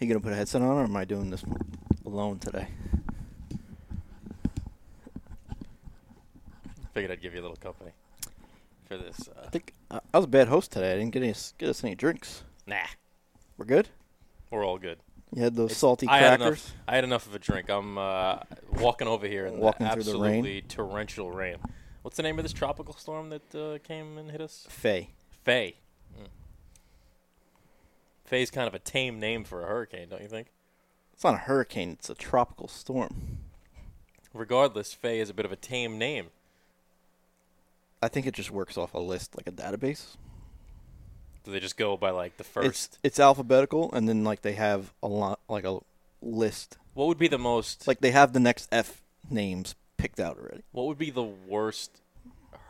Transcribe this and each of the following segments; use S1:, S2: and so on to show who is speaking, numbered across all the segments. S1: you gonna put a headset on, or am I doing this alone today?
S2: Figured I'd give you a little company for this. Uh,
S1: I think I I was a bad host today. I didn't get any get us any drinks.
S2: nah,
S1: We're good.
S2: we're all good.
S1: You had those
S2: It's-
S1: salty
S2: I had, enough,
S1: crackers.
S2: I had enough of a drink. I'm uh, walking over here in
S1: Walking
S2: the
S1: through the rain.
S2: absolutely torrential rain. What's the name of this tropical storm that uh, came and hit us?
S1: Faye.
S2: Faye. Mm. Faye's kind of a tame name for a hurricane, don't you think?
S1: It's not a hurricane. It's a tropical storm.
S2: Regardless, Faye is a bit of a tame name.
S1: I think it just works off a list like a database.
S2: Do they just go by like the first?
S1: It's it's alphabetical, and then like they have a lot like a list.
S2: what would be the most?
S1: Like they have the next F names picked out already.
S2: what would be the worst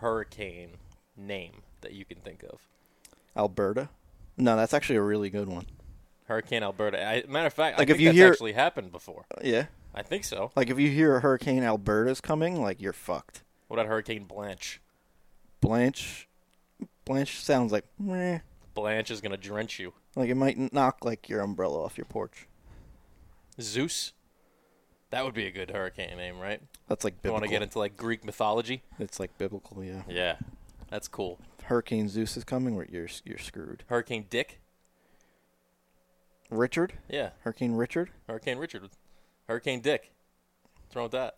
S2: hurricane name that you can think of?
S1: Alberta. No, that's actually a really good one.
S2: Hurricane Alberta. I, matter of fact,
S1: Like,
S2: I
S1: if
S2: think
S1: you
S2: that's
S1: hear-
S2: actually happened before.
S1: Uh, Yeah.
S2: I think so.
S1: Like if you hear a Hurricane Alberta's coming, like you're fucked.
S2: What about Hurricane Blanche?
S1: Blanche, Blanche sounds like meh.
S2: Blanche is gonna drench you.
S1: Like it might knock like your umbrella off your porch.
S2: Zeus. That would be a good hurricane name, right?
S1: That's like
S2: You want
S1: biblical.
S2: to get into like Greek mythology?
S1: It's like biblical, yeah.
S2: Yeah, that's cool.
S1: Hurricane Zeus is coming, where you're you're screwed.
S2: Hurricane Dick.
S1: Richard,
S2: Yeah,
S1: Hurricane Richard.
S2: Hurricane Richard. Hurricane Dick. What's wrong with that?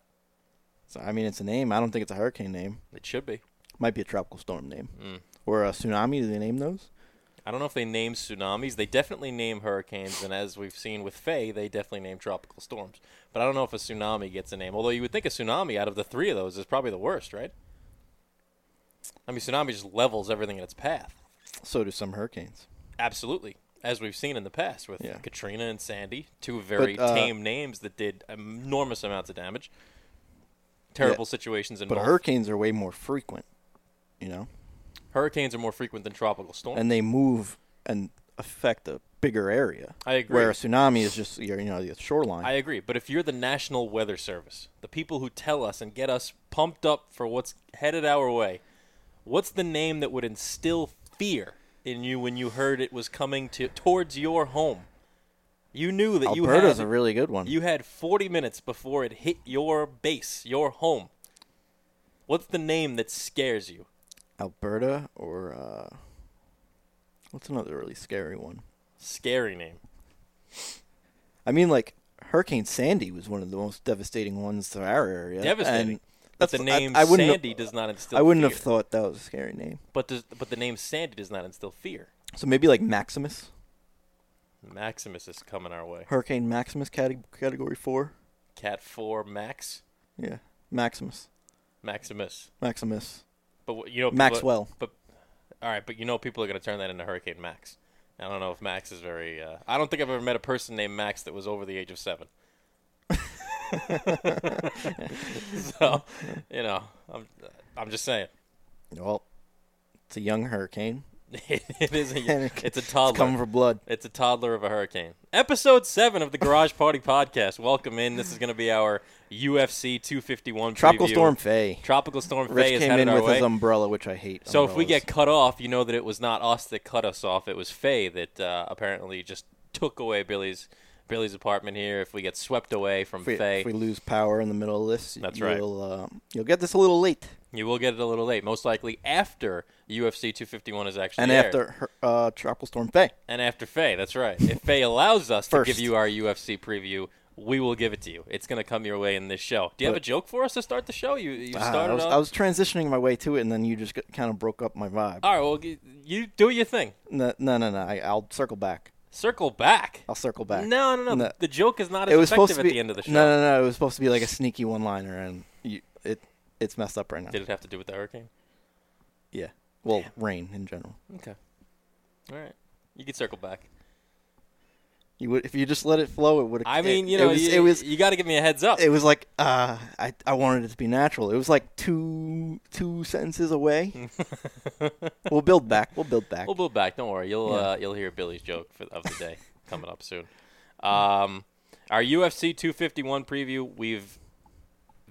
S1: So I mean, it's a name. I don't think it's a hurricane name.
S2: It should be.
S1: Might be a tropical storm name
S2: Mm.
S1: or a tsunami. Do they name those?
S2: I don't know if they name tsunamis. They definitely name hurricanes, and as we've seen with Faye, they definitely name tropical storms. But I don't know if a tsunami gets a name. Although you would think a tsunami out of the three of those is probably the worst, right? I mean, tsunami just levels everything in its path.
S1: So do some hurricanes.
S2: Absolutely, as we've seen in the past with
S1: Yeah.
S2: Katrina and Sandy, two very
S1: uh,
S2: tame names that did enormous amounts of damage. Terrible situations in
S1: But
S2: both.
S1: hurricanes are way more frequent, you know,
S2: Hurricanes are more frequent than tropical storms.
S1: and they move and affect a bigger area.
S2: I agree.
S1: Where a tsunami is just your, you know, the shoreline.
S2: I agree, but if you're the National Weather Service, the people who tell us and get us pumped up for what's headed our way, what's the name that would instill fear in you when you heard it was coming to towards your home? You knew that
S1: Alberta's
S2: you
S1: a
S2: had
S1: really good one.
S2: you had 40 minutes before it hit your base, your home. What's the name that scares you?
S1: Alberta or uh, what's another really scary one?
S2: Scary name.
S1: I mean, like Hurricane Sandy was one of the most devastating ones to our area.
S2: Devastating.
S1: and that's
S2: But the
S1: what I-
S2: name
S1: I, wouldn't
S2: Sandy
S1: Have,
S2: does not instill
S1: I wouldn't
S2: fear.
S1: have thought that was a scary name.
S2: But does, but the name Sandy does not instill fear.
S1: So maybe like Maximus,
S2: Maximus is coming our way.
S1: Hurricane Maximus, cate- category four.
S2: Cat 4 Max
S1: Yeah, Maximus,
S2: Maximus.
S1: Maximus,
S2: But wh- you know people-
S1: Maxwell.
S2: all right, but you know people are going to turn that into Hurricane Max. I don't know if Max is very uh, I don't think I've ever met a person named Max that was over the age of 7. so, you know, I'm I'm just saying.
S1: Well, it's a young hurricane.
S2: it is a,
S1: And
S2: it's a
S1: It's coming
S2: toddler.
S1: for blood.
S2: It's a toddler of a hurricane. Episode 7 of the Garage Party podcast. Welcome in. This is going to be our UFC 251
S1: Tropical
S2: preview.
S1: storm Faye.
S2: Tropical storm Faye
S1: Rich
S2: is
S1: came
S2: headed
S1: in
S2: our
S1: with
S2: way.
S1: his umbrella, which I hate.
S2: So if we
S1: umbrellas.
S2: get cut off, you know that it was not us that cut us off. It was Faye that uh, apparently just took away Billy's Billy's apartment here. If we get swept away from
S1: if we,
S2: Faye,
S1: if we lose power in the middle of this,
S2: That's right.
S1: you'll, uh, you'll get this a little late.
S2: you will get it a little late, most likely after UFC 251 is actually
S1: And
S2: aired.
S1: after her, uh, Tropical Storm Faye.
S2: and after Faye. That's right. If Faye allows us to
S1: First.
S2: give you our UFC preview. We will give it to you. It's going to come your way in this show. Do you have a
S1: But-
S2: joke for us to start the show? You, you
S1: Ah,
S2: started
S1: I, was,
S2: off-
S1: I was transitioning my way to it, and then you just kind of broke up my vibe.
S2: All right, well, you- you do your thing.
S1: no, no, no. no I, I'll circle back.
S2: Circle back.
S1: I'll circle back.
S2: No, no, no,
S1: No.
S2: The joke is not as
S1: it was supposed
S2: effective
S1: to
S2: at
S1: be
S2: the end of the show.
S1: No, no, no. It was supposed to be like a sneaky one-liner, and you, it it's messed up right now.
S2: Did it have to do with the hurricane?
S1: yeah. Well, rain in general.
S2: Okay. All right. You can circle back.
S1: You would if you just let it flow, it would.
S2: I mean,
S1: it,
S2: you know,
S1: it was,
S2: you,
S1: it was
S2: got to give me a heads up.
S1: it was like uh, I I wanted it to be natural. It was like two two sentences away. we'll build back. We'll build back.
S2: we'll build back. Don't worry. You'll
S1: Yeah.
S2: uh, you'll hear Billy's joke for, of the day coming up soon. Um, our UFC 251 preview. We've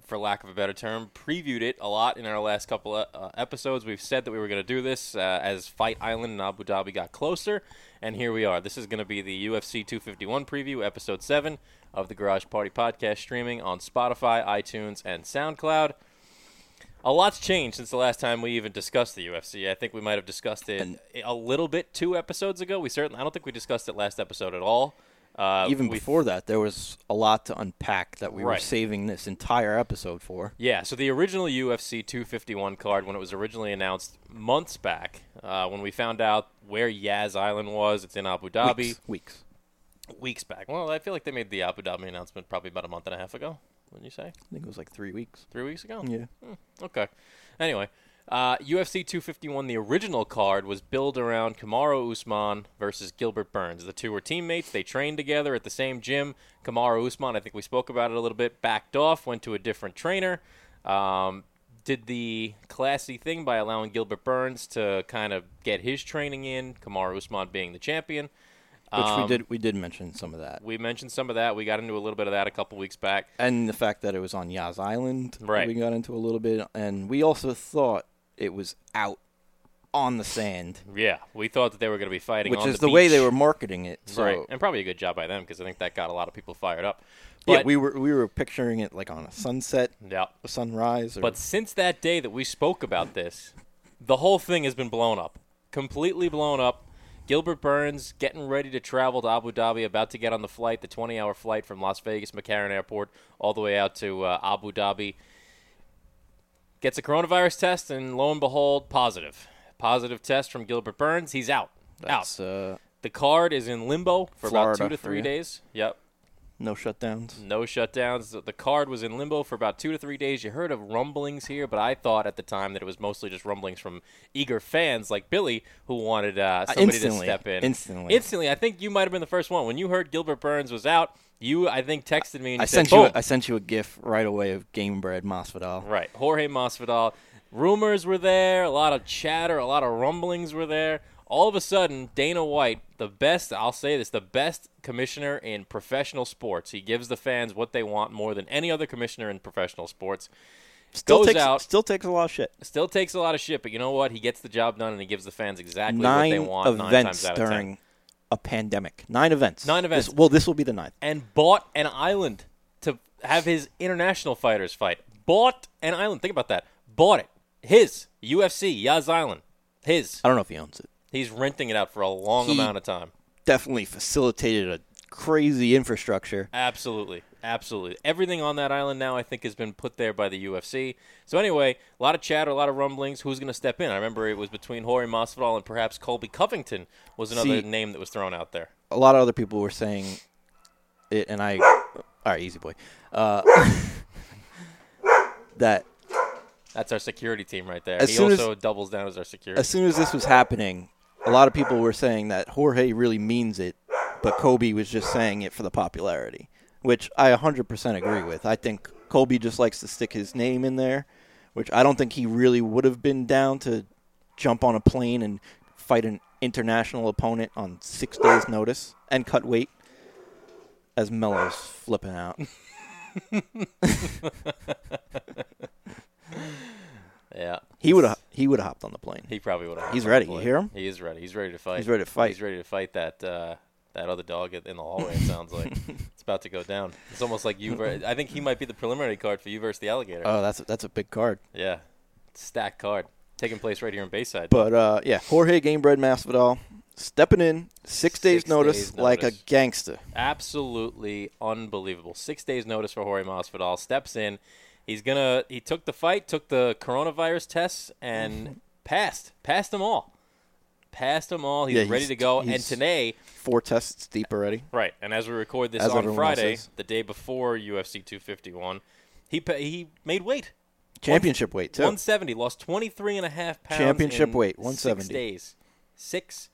S2: for lack of a better term, previewed it a lot in our last couple of uh, episodes. We've said that we were going to do this uh, as Fight Island and Abu Dhabi got closer, and here we are. This is going to be the UFC 251 preview, episode 7 of the Garage Party podcast, streaming on Spotify, iTunes, and SoundCloud. A lot's changed since the last time we even discussed the UFC. I think we might have discussed it a little bit two episodes ago. We certainly, I don't think we discussed it last episode at all. Uh,
S1: Even
S2: we
S1: before that, there was a lot to unpack that we were
S2: Right.
S1: saving this entire episode for.
S2: Yeah, so the original UFC 251 card, when it was originally announced months back, uh, when we found out where Yaz Island was, it's in Abu Dhabi.
S1: Weeks. Weeks.
S2: Weeks back. Well, I feel like they made the Abu Dhabi announcement probably about a month and a half ago. Wouldn't you say?
S1: I think it was like three weeks.
S2: Three weeks ago?
S1: Yeah.
S2: Okay. Anyway, uh, UFC 251, the original card was built around Kamaru Usman versus Gilbert Burns. The two were teammates. They trained together at the same gym. Kamaru Usman, I think we spoke about it a little bit, backed off, went to a different trainer, um, did the classy thing by allowing Gilbert Burns to kind of get his training in, Kamaru Usman being the champion.
S1: Which we
S2: Um,
S1: did we did mention some of that.
S2: We mentioned some of that. We got into a little bit of that a couple weeks back.
S1: And the fact that it was on Yaz Island
S2: Right.
S1: we got into a little bit and we also thought it was out on the sand.
S2: Yeah, we thought that they were going to be fighting,
S1: Which
S2: on
S1: is
S2: the
S1: the, way
S2: beach.
S1: they were marketing it. So
S2: right, and probably a good job by them because I think that got a lot of people fired up. But,
S1: yeah, we were we were picturing it like on a sunset,
S2: yeah.
S1: a sunrise or
S2: But since that day that we spoke about this, the whole thing has been blown up, completely blown up. Gilbert Burns getting ready to travel to Abu Dhabi, about to get on the flight, the 20-hour flight from Las Vegas McCarran Airport all the way out to uh, Abu Dhabi. Gets a coronavirus test, and lo and behold, positive. Positive test from Gilbert Burns. He's out.
S1: that's
S2: out.
S1: uh,
S2: The card is in limbo for
S1: Florida
S2: about two to
S1: for
S2: three
S1: you.
S2: days. Yep.
S1: no shutdowns.
S2: No shutdowns. The- The card was in limbo for about two to three days. You heard of rumblings here, but I thought at the time that it was mostly just rumblings from eager fans like Billy, who wanted uh, somebody to
S1: instantly.
S2: step in.
S1: Instantly.
S2: Instantly. I think you might have been the first one. When you heard Gilbert Burns was out, you, I think, texted me and you
S1: I
S2: said,
S1: sent you
S2: "Boom."
S1: a, I sent you a gif right away of game bread Masvidal.
S2: Right. Jorge Masvidal. Rumors were there, a lot of chatter, a lot of rumblings were there. All of a sudden, Dana White, the best, I'll say this, the best commissioner in professional sports. He gives the fans what they want more than any other commissioner in professional sports.
S1: Still
S2: Goes
S1: takes
S2: out.
S1: still takes a lot of shit.
S2: Still takes a lot of shit, but you know what? He gets the job done and he gives the fans exactly what they
S1: nine
S2: want nine
S1: events
S2: times out of ten.
S1: during a pandemic. Nine events.
S2: Nine
S1: This-
S2: events.
S1: well, this will be the ninth.
S2: and bought an island to have his international fighters fight. Bought an island. Think about that. Bought it. His UFC Yaz Island. His.
S1: I don't know if he owns it.
S2: He's renting it out for a long
S1: He-
S2: amount of time.
S1: Definitely facilitated a crazy infrastructure.
S2: Absolutely. Absolutely. Everything on that island now, I think, has been put there by the UFC. So, anyway, a lot of chatter, a lot of rumblings. Who's going to step in? I remember it was between Jorge Masvidal and perhaps Colby Covington was
S1: See-
S2: another name that was thrown out there.
S1: A lot of other people were saying it, and I. All right, easy boy. Uh, that
S2: That's our security team right there.
S1: As
S2: he
S1: soon as-
S2: also doubles down as our security.
S1: as soon as this was happening, a lot of people were saying that Jorge really means it, but Kobe was just saying it for the popularity, which I 100% agree with. I think Kobe just likes to stick his name in there, which I don't think he really would have been down to jump on a plane and fight an international opponent on six days' notice and cut weight. As Melo's flipping out.
S2: yeah.
S1: He would have he would have hopped on the plane.
S2: He probably would have.
S1: He's ready. You hear him?
S2: He is ready. He's ready to fight.
S1: He's ready to fight.
S2: He's ready to fight that uh, that other dog in the hallway. It sounds like it's about to go down. It's almost like you. Ver- I think he might be the preliminary card for you versus the alligator.
S1: Oh, that's a, that's a big card.
S2: yeah, stacked card taking place right here in Bayside.
S1: But uh, yeah, Jorge Gamebred Masvidal stepping in six days
S2: Six
S1: notice
S2: days
S1: like
S2: notice.
S1: a gangster.
S2: Absolutely unbelievable. Six days notice for Jorge Masvidal steps in. He's gonna. He took the fight, took the coronavirus tests, and passed. Passed them all. Passed them all. He's
S1: Yeah,
S2: ready
S1: he's-
S2: to go. And
S1: he's-
S2: today,
S1: Four tests deep already.
S2: Right, and as we record this
S1: As
S2: on
S1: everyone else
S2: Friday,
S1: is.
S2: the day before UFC 251, he pa- he made weight.
S1: Championship weight too.
S2: 170, lost 23 and a half pounds.
S1: Championship
S2: in
S1: weight,
S2: Six
S1: 170.
S2: days. Six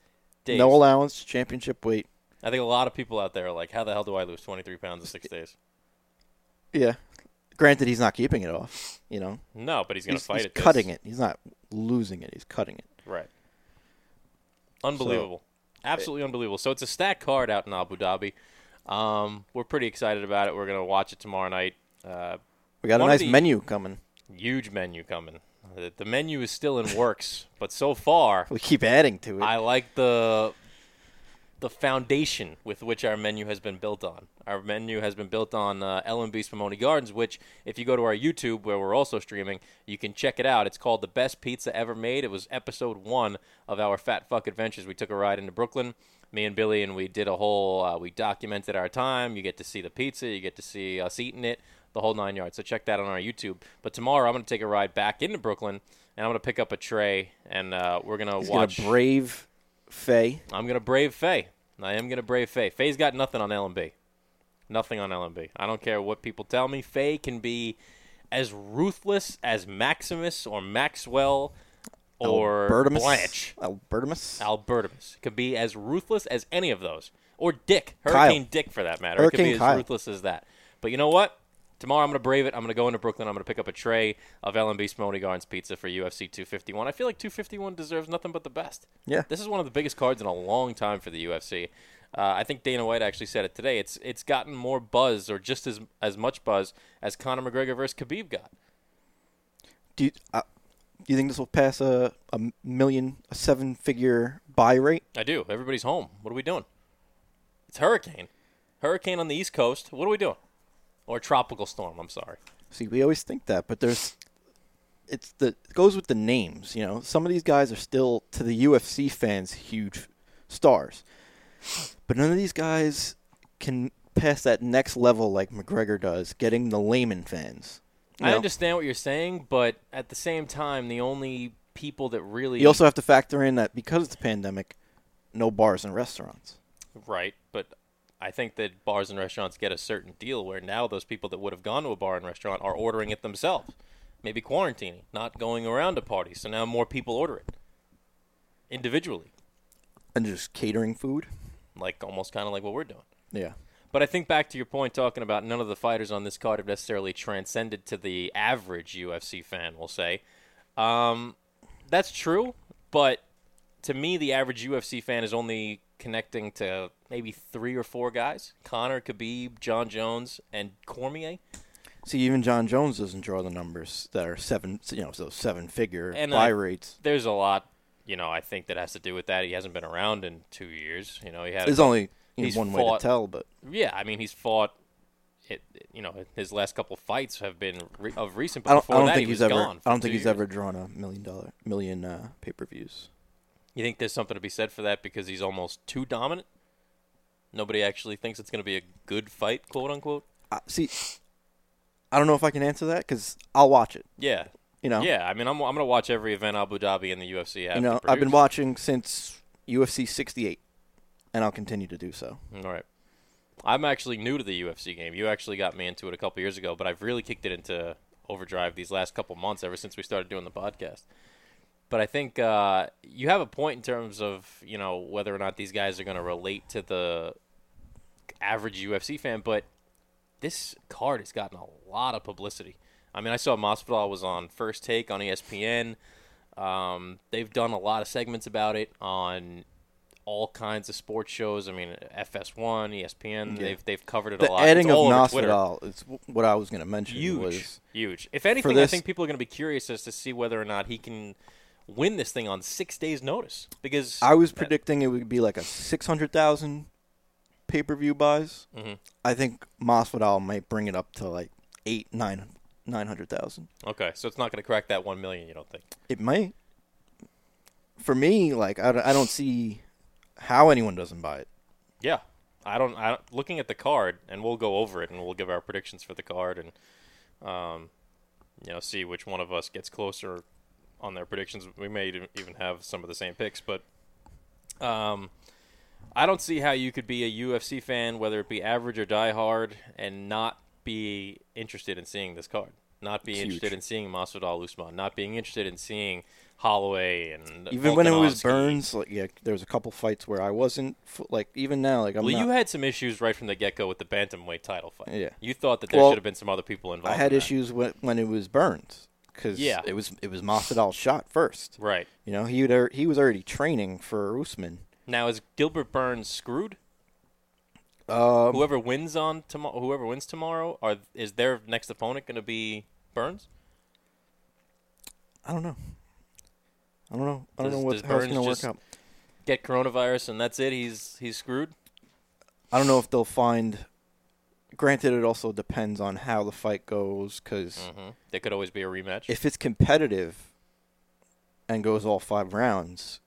S2: days.
S1: No allowance. Championship weight.
S2: I think a lot of people out there are like, how the hell do I lose 23 pounds in six days?
S1: Yeah. Granted, he's not keeping it off. You know,
S2: No, but he's going to
S1: he's,
S2: fight
S1: he's
S2: it.
S1: cutting it. He's not losing it. He's cutting it.
S2: Right. Unbelievable. Absolutely unbelievable. So it's a stacked card out in Abu Dhabi. Um, we're pretty excited about it. We're going to watch it tomorrow night. Uh,
S1: We got a
S2: One of
S1: nice
S2: the-
S1: menu coming.
S2: Huge menu coming. The, the menu is still in works, but so far,
S1: We keep adding to it.
S2: I like the the foundation with which our menu has been built on. Our menu has been built on uh, LMB Spumoni Gardens, which, if you go to our YouTube, where we're also streaming, you can check it out. It's called The Best Pizza Ever Made. It was episode one of our Fat Fuck Adventures. We took a ride into Brooklyn, me and Billy, and we did a whole, uh, we documented our time. You get to see the pizza, you get to see us eating it, the whole nine yards. So check that on our YouTube. But tomorrow, I'm going to take a ride back into Brooklyn, and I'm going to pick up a tray, and uh, we're going to
S1: He's gonna
S2: watch.
S1: brave Faye.
S2: I'm gonna brave Faye. I am gonna brave Faye. Faye's got nothing on LMB. Nothing on LMB. I don't care what people tell me. Faye can be as ruthless as Maximus or Maxwell or
S1: Albertimus.
S2: Blanche.
S1: Oh, Albertimus.
S2: Albertimus could be as ruthless as any of those, or Dick Hurricane
S1: Kyle.
S2: Dick for that matter. it could
S1: Hurricane
S2: be as
S1: Kyle.
S2: ruthless as that. But you know what? Tomorrow I'm gonna brave it. I'm gonna go into Brooklyn. I'm gonna pick up a tray of LMB Smony Gardens pizza for UFC 251. I feel like 251 deserves nothing but the best.
S1: Yeah.
S2: this is one of the biggest cards in a long time for the UFC. Uh, I think Dana White actually said it today. It's it's gotten more buzz, or just as as much buzz as Conor McGregor versus Khabib got.
S1: Do you, uh, do you think this will pass a, a million, a seven figure buy rate?
S2: I do. Everybody's home. What are we doing? It's hurricane. Hurricane on the East Coast. What are we doing? Or tropical storm, I'm sorry.
S1: See, we always think that, but there's it's the it goes with the names, you know. Some of these guys are still to the UFC fans huge stars. But none of these guys can pass that next level like McGregor does, getting the layman fans. You
S2: I
S1: know,
S2: understand what you're saying, but at the same time, the only people that really
S1: You also have to factor in that because it's a pandemic, no bars and restaurants.
S2: right, but I think that bars and restaurants get a certain deal where now those people that would have gone to a bar and restaurant are ordering it themselves. Maybe quarantining, not going around to parties, so now more people order it individually,
S1: And just catering food.
S2: like almost kind of like what we're doing.
S1: Yeah.
S2: But I think back to your point talking about none of the fighters on this card have necessarily transcended to the average UFC fan, we'll say. Um, that's true, but to me, the average UFC fan is only connecting to maybe three or four guys Connor, Khabib, John Jones, and Cormier.
S1: See, even John Jones doesn't draw the numbers that are seven, you know, so seven figure
S2: And uh,
S1: buy
S2: I-
S1: rates.
S2: There's a lot, you know, I think that has to do with that. He hasn't been around in two years. You know, he had a
S1: There's only you know,
S2: he's
S1: one way
S2: fought-
S1: to tell, but
S2: Yeah, I mean, he's fought. It, you know, his last couple fights have been re- of recent. But
S1: I don't,
S2: before
S1: I don't
S2: that,
S1: think
S2: he
S1: he's
S2: was
S1: ever.
S2: gone
S1: I don't think
S2: for two
S1: he's
S2: years.
S1: ever drawn a million dollar million uh, pay per views.
S2: You think there's something to be said for that because he's almost too dominant? Nobody actually thinks it's going to be a good fight, quote unquote.
S1: I see, I don't know if I can answer that because I'll watch it.
S2: Yeah.
S1: You know,
S2: Yeah, I mean, I'm, I'm going to watch every event Abu Dhabi and the UFC have.
S1: you know,
S2: to
S1: I've been
S2: produce.
S1: watching since UFC 68, and I'll continue to do so.
S2: All right. I'm actually new to the UFC game. You actually got me into it a couple years ago, but I've really kicked it into overdrive these last couple months ever since we started doing the podcast. But I think uh, you have a point in terms of you know whether or not these guys are going to relate to the average UFC fan. But this card has gotten a lot of publicity. I mean, I saw Masvidal was on First Take on E ESPN. Um, they've done a lot of segments about it on all kinds of sports shows. I mean, FS1, ESPN.
S1: Yeah.
S2: They've they've covered it
S1: The
S2: a lot.
S1: adding
S2: It's
S1: of
S2: all over Twitter
S1: Masvidal is w- what I was going to mention.
S2: huge,
S1: Was,
S2: huge. If anything, I
S1: this-
S2: think people are going to be curious as to see whether or not he can win this thing on six days' notice. Because
S1: I was predicting it would be like a 600,000 pay per view buys.
S2: Mhm.
S1: I think Masvidal might bring it up to like eight, nine, 900,000.
S2: okay, so it's not going to crack that one million. You don't think?
S1: It might. For me, like, I, don't- I don't see how anyone doesn't buy it.
S2: Yeah, I don't. I don't- looking at the card, and we'll go over it, and we'll give our predictions for the card, and um, you know, see which one of us gets closer on their predictions. We may even- even have some of the same picks, but um, I don't see how you could be a UFC fan, whether it be average or diehard, and not be interested in seeing this card. Not be
S1: It's huge.
S2: interested in seeing Masvidal Usman. Not being interested in seeing Holloway and
S1: Even when it was
S2: Volkanovski.
S1: Burns, like, yeah, there was a couple fights where I wasn't, f- like, even now, like, I'm
S2: Well,
S1: not-
S2: you had some issues right from the get go with the bantamweight title fight.
S1: Yeah.
S2: you thought that there
S1: Well,
S2: should have been some other people
S1: I
S2: involved.
S1: had
S2: in that.
S1: issues when, when it was Burns. Because
S2: Yeah.
S1: it was it was Masvidal's shot first.
S2: Right
S1: You know, he would, al- he was already training for Usman.
S2: now, is Gilbert Burns screwed?
S1: Um,
S2: Whoever wins on tomorrow, whoever wins tomorrow, are is their next opponent going to be Burns?
S1: I don't know. I don't know. I don't
S2: Does-
S1: know what
S2: does
S1: how it's
S2: Burns
S1: going to work
S2: just-
S1: out.
S2: Get coronavirus and that's it. He's he's screwed.
S1: I don't know if they'll find. Granted, it also depends on how the fight goes because
S2: Mm-hmm. There could always be a rematch.
S1: if it's competitive and goes all five rounds,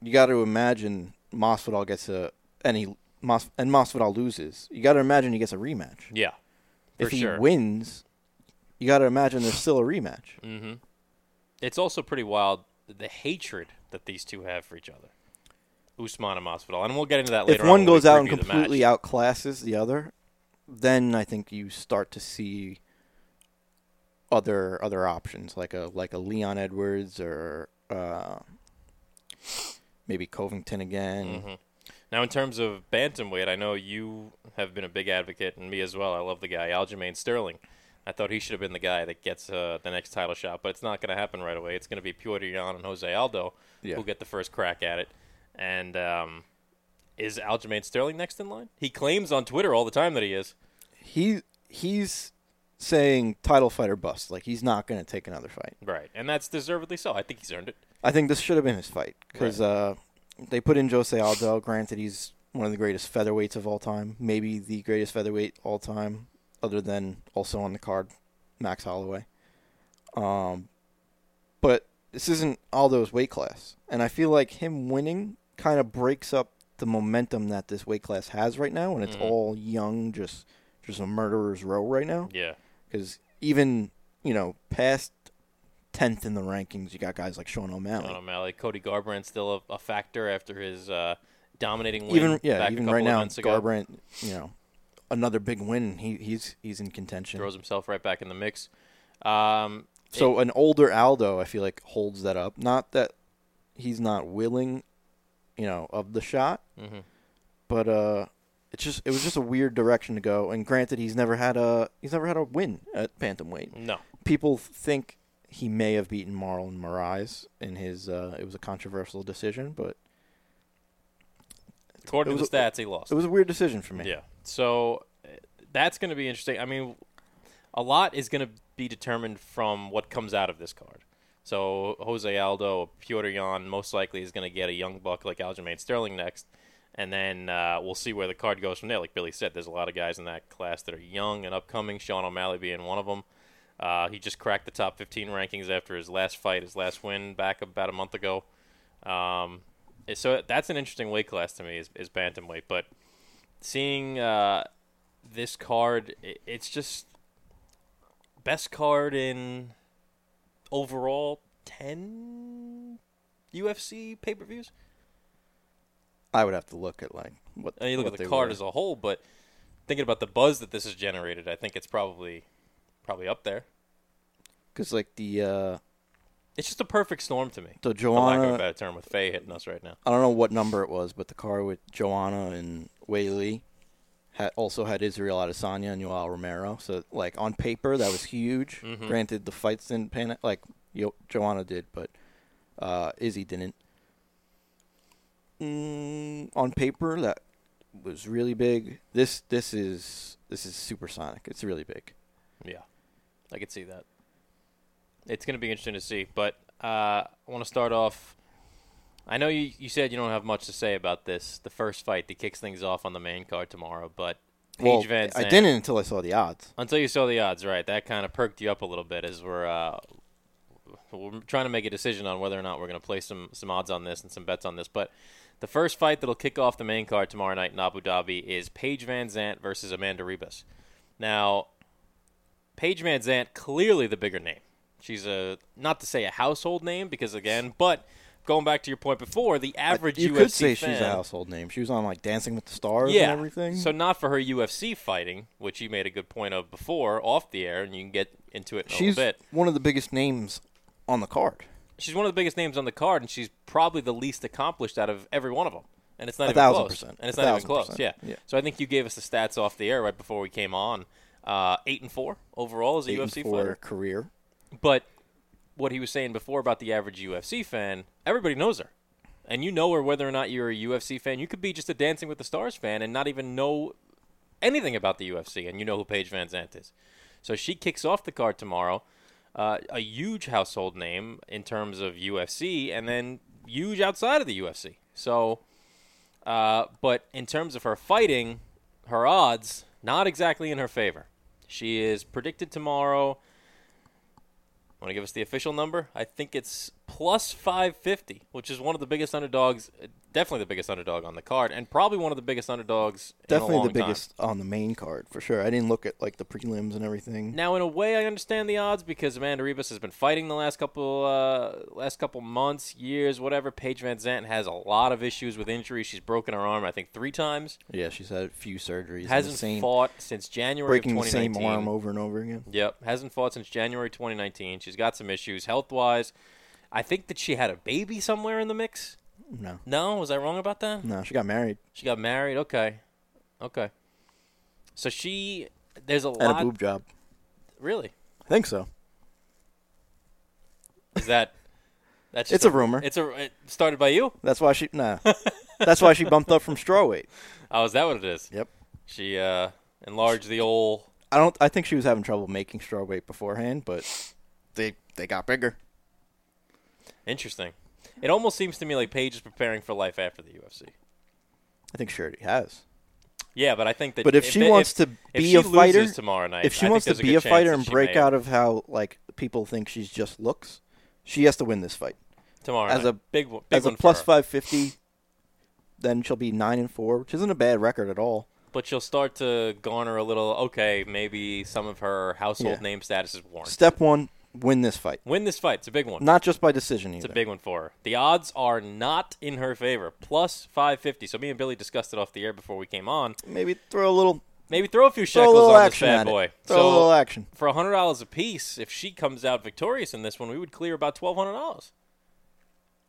S1: you got to imagine Masvidal gets a any Mas, and Masvidal loses. You got to imagine he gets a rematch.
S2: yeah, for
S1: if he
S2: sure.
S1: wins, you got to imagine there's still a rematch.
S2: Mm-hmm. It's also pretty wild the hatred that these two have for each other. Usman and Masvidal, and we'll get into that later.
S1: if one
S2: on when we
S1: goes out and
S2: preview the match.
S1: completely outclasses the other, then I think you start to see other other options like a like a Leon Edwards or uh, maybe Covington again.
S2: Mm-hmm. Now, in terms of bantamweight, I know you have been a big advocate, and me as well. I love the guy, Aljamain Sterling. I thought he should have been the guy that gets uh, the next title shot, but it's not going to happen right away. It's going to be Piotr Jan and Jose Aldo
S1: Yeah.
S2: who get the first crack at it. And um, is Aljamain Sterling next in line? He claims on Twitter all the time that he is.
S1: He he's saying title fight or bust. Like he's not going to take another fight.
S2: Right. And that's deservedly so. I think he's earned it.
S1: I think this should have been his fight because uh, they put in Jose Aldo. Granted, he's one of the greatest featherweights of all time, maybe the greatest featherweight all time, other than also on the card, Max Holloway. Um, but this isn't Aldo's weight class, and I feel like him winning kind of breaks up the momentum that this weight class has right now, and it's
S2: Mhm.
S1: all young, just just a murderer's row right now
S2: Yeah.
S1: because even you know past tenth in the rankings, you got guys like Sean O'Malley.
S2: John O'Malley. Um, Cody Garbrandt still a, a factor after his uh, dominating win.
S1: even yeah,
S2: back a
S1: even
S2: couple
S1: right now,
S2: events ago.
S1: Garbrandt, you know, another big win. He he's he's in contention.
S2: throws himself right back in the mix. Um,
S1: so an older Aldo, I feel like holds that up. Not that he's not willing, you know, of the shot,
S2: mhm.
S1: but uh. It's just it was just a weird direction to go, and granted, he's never had a he's never had a win at bantamweight.
S2: No,
S1: people think he may have beaten Marlon Moraes in his. Uh, it was a controversial decision, but
S2: according
S1: It
S2: to
S1: was
S2: the stats, he lost.
S1: it was a weird decision for me.
S2: Yeah, so uh, that's going to be interesting. I mean, a lot is going to be determined from what comes out of this card. So Jose Aldo, Piotr Jan, most likely is going to get a young buck like Aljamain Sterling next, and then uh, we'll see where the card goes from there. Like Billy said, there's a lot of guys in that class that are young and upcoming. Sean O'Malley being one of them. Uh, he just cracked the top 15 rankings after his last fight, his last win back about a month ago. Um, so that's an interesting weight class to me is, is bantamweight, but seeing uh, this card, i- it's just best card in overall ten UFC pay per views.
S1: I would have to look at like what.
S2: I mean, you look
S1: what
S2: at the
S1: they
S2: card
S1: were.
S2: as a whole, but thinking about the buzz that this has generated, I think it's probably probably up there.
S1: because like the uh,
S2: It's just a perfect storm to me.
S1: the
S2: For lack of a
S1: Joanna.
S2: better term, with Faye hitting us right now.
S1: I don't know what number it was, but the car with Joanna and Whaley had also had Israel Adesanya and Yoel Romero. So like on paper, that was huge.
S2: Mhm.
S1: Granted, the fights didn't pan out. Like Yo- Joanna did, but uh, Izzy didn't. Mm, on paper, that was really big. This this is this is supersonic. It's really big.
S2: Yeah, I could see that. It's going to be interesting to see, but uh, I want to start off. I know you, you said you don't have much to say about this, the first fight that kicks things off on the main card tomorrow, but Paige
S1: well,
S2: Van
S1: I
S2: Zandt-
S1: didn't until I saw the odds.
S2: until you saw the odds, right? That kind of perked you up a little bit as we're uh, we're trying to make a decision on whether or not we're going to place some some odds on this and some bets on this. But the first fight that'll kick off the main card tomorrow night in Abu Dhabi is Paige Van Zant versus Amanda Ribas. Now, Paige Van Zant clearly the bigger name. She's a not to say a household name because again, but going back to your point before, the average
S1: you
S2: UFC
S1: could say
S2: fan,
S1: she's a household name. She was on like Dancing with the Stars and everything.
S2: so not for her UFC fighting, which you made a good point of before off the air, and you can get into it in a
S1: She's
S2: little bit.
S1: one of the biggest names on the card.
S2: She's one of the biggest names on the card, and she's probably the least accomplished out of every one of them. And it's not
S1: A
S2: even
S1: thousand
S2: close.
S1: percent.
S2: And it's
S1: A
S2: not even
S1: thousand
S2: close.
S1: percent.
S2: Yeah.
S1: Yeah.
S2: So I think you gave us the stats off the air right before we came on. Uh, eight and four overall as a
S1: Eight and
S2: UFC
S1: four
S2: fighter.
S1: career.
S2: But what he was saying before about the average UFC fan, everybody knows her. and you know or whether or not you're a UFC fan, you could be just a Dancing with the Stars fan and not even know anything about the UFC, and you know who Paige Van Zant is. So she kicks off the card tomorrow, uh, a huge household name in terms of UFC, and then huge outside of the UFC. So, uh, but in terms of her fighting, her odds not exactly in her favor. She is predicted tomorrow. Want to give us the official number? I think it's plus 550, which is one of the biggest underdogs, definitely the biggest underdog on the card, and probably one of the biggest underdogs. in a
S1: Definitely
S2: long
S1: the
S2: time.
S1: biggest on the main card for sure. I didn't look at like the prelims and everything.
S2: Now, in a way, I understand the odds because Amanda Rebus has been fighting the last couple uh, last couple months, years, whatever. Paige Van Zant has a lot of issues with injuries. She's broken her arm, I think, three times.
S1: Yeah, she's had a few surgeries. and the
S2: Hasn't
S1: same-
S2: fought since January
S1: breaking
S2: of
S1: the same
S2: 2019.
S1: arm over and over again.
S2: Yep, hasn't fought since January 2019. She's got some issues health wise. I think that she had a baby somewhere in the mix.
S1: No,
S2: No, was I wrong about that?
S1: no, she got married
S2: She got married. Okay, okay. So she, there's a
S1: and
S2: lot.
S1: a boob job.
S2: Really,
S1: I think so.
S2: is that? That's
S1: It's
S2: just
S1: a rumor.
S2: It's a it started by you.
S1: That's why she nah. That's why she bumped up from straw weight.
S2: Oh, is that what it is?
S1: Yep.
S2: She uh, enlarged the old.
S1: I don't. I think she was having trouble making straw weight beforehand, but they they got bigger.
S2: Interesting. It almost seems to me like Paige is preparing for life after the UFC.
S1: I think she already has.
S2: Yeah, but I think that.
S1: But if she
S2: it-
S1: wants to
S2: if
S1: be
S2: she
S1: a fighter-
S2: loses tomorrow night,
S1: if
S2: I
S1: she
S2: think
S1: wants to
S2: there's a
S1: be
S2: good
S1: a fighter
S2: chance
S1: and
S2: that she
S1: break
S2: may.
S1: out of how like people think she's just looks, she has to win this fight
S2: tomorrow
S1: as
S2: night.
S1: a-
S2: big one, big
S1: as
S2: one
S1: a plus
S2: for her.
S1: five fifty. Then she'll be nine and four, which isn't a bad record at all.
S2: But she'll start to garner a little. Okay, maybe some of her household
S1: Yeah.
S2: name status is warranted.
S1: Step one: win this fight,
S2: Win this fight. It's a big one.
S1: not just by decision either.
S2: It's a big one for her. The odds are not in her favor. Plus 550. So me and Billy discussed it off the air before we came on.
S1: Maybe throw a little
S2: Maybe throw a few
S1: throw a
S2: shekels
S1: little
S2: on this
S1: action
S2: bad
S1: at it.
S2: boy.
S1: Throw
S2: so
S1: a little action.
S2: for hundred dollars a piece, if she comes out victorious in this one, we would clear about twelve hundred dollars.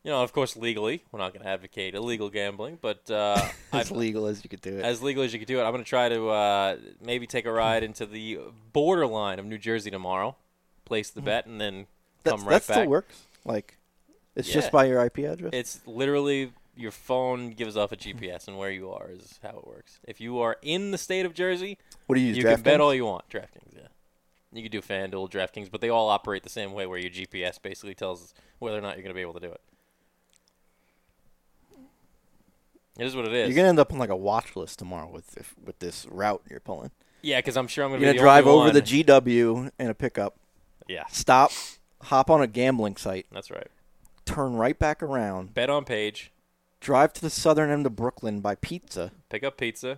S2: You know, of course, legally, we're not going to advocate illegal gambling, but uh,
S1: As
S2: I've,
S1: legal as you could do it.
S2: as legal as you can do it, I'm going to try to uh, maybe take a ride into the borderline of New Jersey tomorrow, place
S1: Mm.
S2: the bet, and then
S1: that,
S2: come right
S1: that
S2: back.
S1: still works. Like, it's
S2: Yeah.
S1: just by your IP address.
S2: It's literally your phone gives off a GPS, and where you are is how it works. If you are in the state of Jersey,
S1: what do you use?
S2: you can bet
S1: DraftKings?
S2: all you want. DraftKings, yeah. You can do FanDuel, DraftKings, but they all operate the same way, where your GPS basically tells whether or not you're going to be able to do it. It is what it is.
S1: You're gonna end up on like a watch list tomorrow with if, with this route you're pulling.
S2: yeah, because I'm sure I'm going
S1: You're
S2: to
S1: gonna
S2: be the
S1: drive
S2: only
S1: over the GW
S2: one.
S1: in a pickup,
S2: Yeah,
S1: stop, hop on a gambling site,
S2: that's right.
S1: turn right back around,
S2: Bet on page,
S1: drive to the southern end of Brooklyn by pizza.
S2: pick up pizza,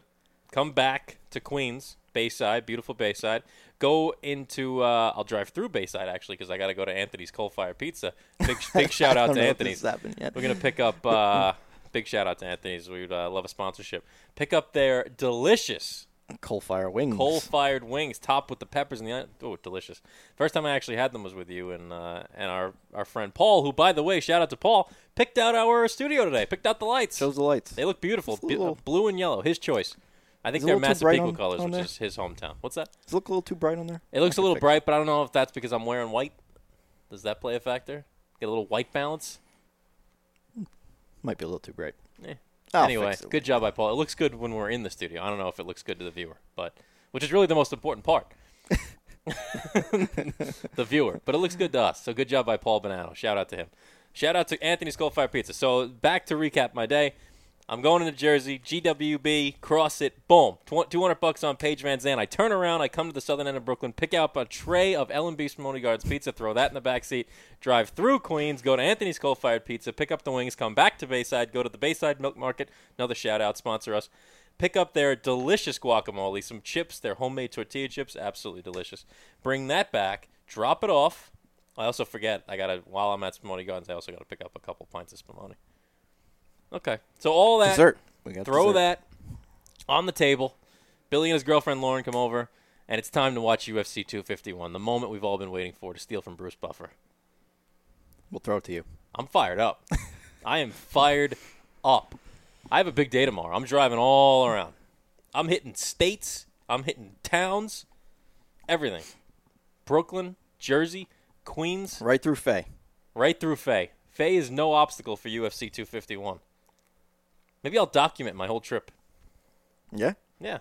S2: come back to Queens, Bayside, beautiful Bayside. Go into uh, I'll drive through Bayside actually because I got to go to Anthony's Coal Fire Pizza. Big big shout
S1: I
S2: out
S1: don't
S2: to
S1: know if
S2: Anthony's.
S1: this has happened yet.
S2: We're gonna pick up. Uh, big shout out to Anthony's. We'd uh, love a sponsorship. Pick up their delicious
S1: coal fire wings.
S2: coal fired wings, topped with the peppers and the onion. Oh, delicious! First time I actually had them was with you and uh, and our our friend Paul, who by the way, shout out to Paul, picked out our studio today. Picked out the lights.
S1: shows the lights.
S2: They look beautiful,
S1: It's a
S2: Bu-
S1: little-
S2: blue and yellow. His choice. I think
S1: Is it a
S2: they're
S1: little too bright
S2: Massapequa
S1: on-
S2: colors,
S1: on
S2: which
S1: there?
S2: is his hometown. What's that?
S1: Does it look a little too bright on there?
S2: It looks
S1: I
S2: a
S1: can
S2: little
S1: fix
S2: bright, but I don't know if that's because I'm wearing white. Does that play a factor? Get a little white balance.
S1: Might be a little too bright.
S2: Eh.
S1: I'll
S2: anyway,
S1: fix it.
S2: good job by Paul. It looks good when we're in the studio. I don't know if it looks good to the viewer, but which is really the most important part. the viewer, but it looks good to us. So good job by Paul Bonanno. Shout out to him. Shout out to Anthony's Cold Fire Pizza. So back to recap my day. I'm going into Jersey, GWB, cross it, boom, Tw- 200 bucks on Paige Van Zandt. I turn around, I come to the southern end of Brooklyn, pick up a tray of L&B Simone Guards pizza, throw that in the back seat, drive through Queens, go to Anthony's Coal Fired Pizza, pick up the wings, come back to Bayside, go to the Bayside Milk Market, another shout out, sponsor us pick up their delicious guacamole, some chips, their homemade tortilla chips, absolutely delicious. Bring that back, drop it off. I also forget I gotta while I'm at Spumoni Gardens, I also gotta pick up a couple pints of Spumoni. Okay, so all that
S1: Dessert. We got
S2: throw
S1: dessert.
S2: that on the table. Billy and his girlfriend Lauren come over, and it's time to watch UFC 251, the moment we've all been waiting for to steal from Bruce Buffer.
S1: We'll throw it to you.
S2: I'm fired up. I am fired up. I have a big day tomorrow. I'm driving all around. I'm hitting states. I'm hitting towns. Everything. Brooklyn, Jersey, Queens,
S1: Right through Faye.
S2: right through Fay. Faye is no obstacle for UFC 251. Maybe I'll document my whole trip.
S1: Yeah,
S2: Yeah.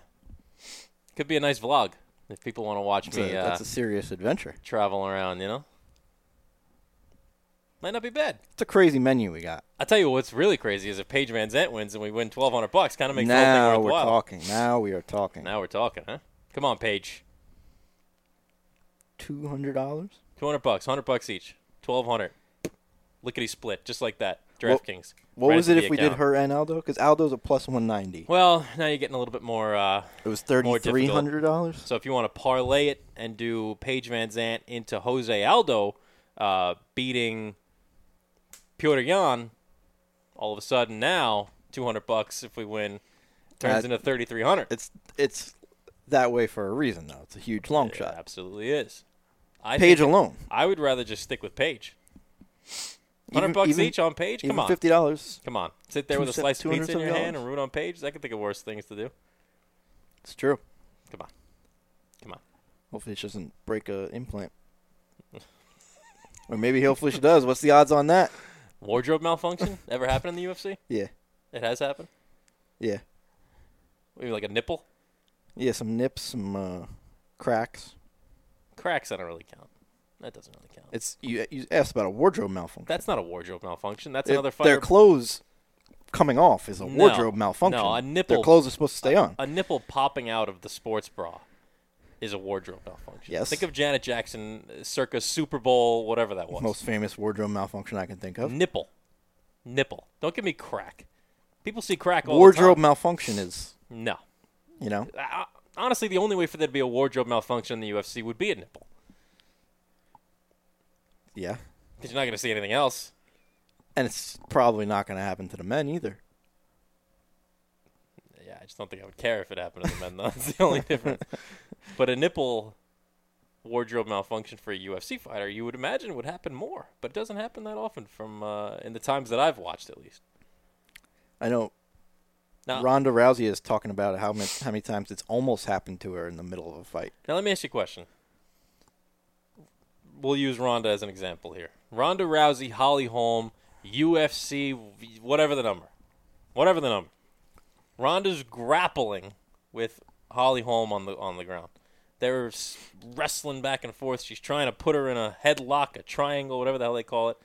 S2: Could be a nice vlog if people want to watch
S1: that's,
S2: me
S1: a,
S2: uh,
S1: that's a serious adventure.
S2: travel around, you know? Might not be bad.
S1: It's a crazy menu we got.
S2: I tell you what's really crazy is if Paige Van Zant wins and we win twelve hundred bucks, kind of makes the whole
S1: now
S2: thing
S1: we're
S2: worthwhile.
S1: talking. Now we are talking.
S2: Now we're talking, huh? Come on, Paige.
S1: Two hundred dollars.
S2: Two hundred bucks, hundred bucks each, twelve hundred. Lickety split, just like that. DraftKings.
S1: What
S2: Right
S1: was
S2: into
S1: it
S2: the
S1: if we did
S2: account.
S1: her and Aldo? Because Aldo's a plus one ninety.
S2: Well, now you're getting a little bit more. Uh,
S1: It was
S2: More
S1: thirty
S2: difficult.
S1: three hundred dollars.
S2: so if you want to parlay it and do Paige Van Zant into Jose Aldo uh, beating Piotr Jan, all of a sudden now two hundred bucks if we win turns
S1: That-
S2: into thirty three hundred.
S1: It's it's that way for a reason though. It's a huge long
S2: It
S1: shot.
S2: absolutely is. I
S1: Page
S2: think
S1: alone,
S2: I would rather just stick with Page.
S1: Even-
S2: Hundred bucks
S1: even-
S2: each on Page. Come
S1: even
S2: on,
S1: fifty dollars
S2: come on. Sit there
S1: Two
S2: with a
S1: se-
S2: slice of pizza in your
S1: $270.
S2: hand and root on Page. I can think of worse things to do.
S1: It's true.
S2: Come on, come on.
S1: Hopefully, she doesn't break a implant. or maybe hopefully she does. What's the odds on that?
S2: Wardrobe malfunction ever happen in the UFC?
S1: Yeah,
S2: It has happened.
S1: yeah,
S2: Maybe like a nipple
S1: yeah. Some nips, some uh, cracks.
S2: cracks. I don't really count. That doesn't really count.
S1: It's you. You asked about a wardrobe malfunction.
S2: That's not a wardrobe malfunction. That's
S1: If
S2: another
S1: Their
S2: fighter.
S1: clothes coming off is a
S2: No.
S1: wardrobe malfunction.
S2: No, a nipple-
S1: Their clothes are supposed to stay on.
S2: a nipple popping out of the sports bra is a wardrobe malfunction.
S1: Yes.
S2: Think of Janet Jackson, uh, circa Super Bowl, whatever that was.
S1: Most famous wardrobe malfunction I can think of.
S2: Nipple. Nipple. Don't give me crack. People see crack all
S1: wardrobe
S2: the
S1: malfunction is
S2: time. No.
S1: you know
S2: I, I- honestly, the only way for there to be a wardrobe malfunction in the UFC would be a nipple.
S1: yeah,
S2: Because you're not going to see anything else.
S1: and it's probably not going to happen to the men either.
S2: Yeah, I just don't think I would care if it happened to the men, though. That's the only difference. But a nipple wardrobe malfunction for a UFC fighter, you would imagine would happen more. But it doesn't happen that often from uh, in the times that I've watched, at least.
S1: I know
S2: Now,
S1: Ronda Rousey is talking about how many, how many times it's almost happened to her in the middle of a fight.
S2: Now let me ask you a question. We'll use Ronda as an example here. Ronda Rousey, Holly Holm, UFC, whatever the number, whatever the number. Ronda's grappling with Holly Holm on the on the ground. They're s- wrestling back and forth. She's trying to put her in a headlock, a triangle, whatever the hell they call it.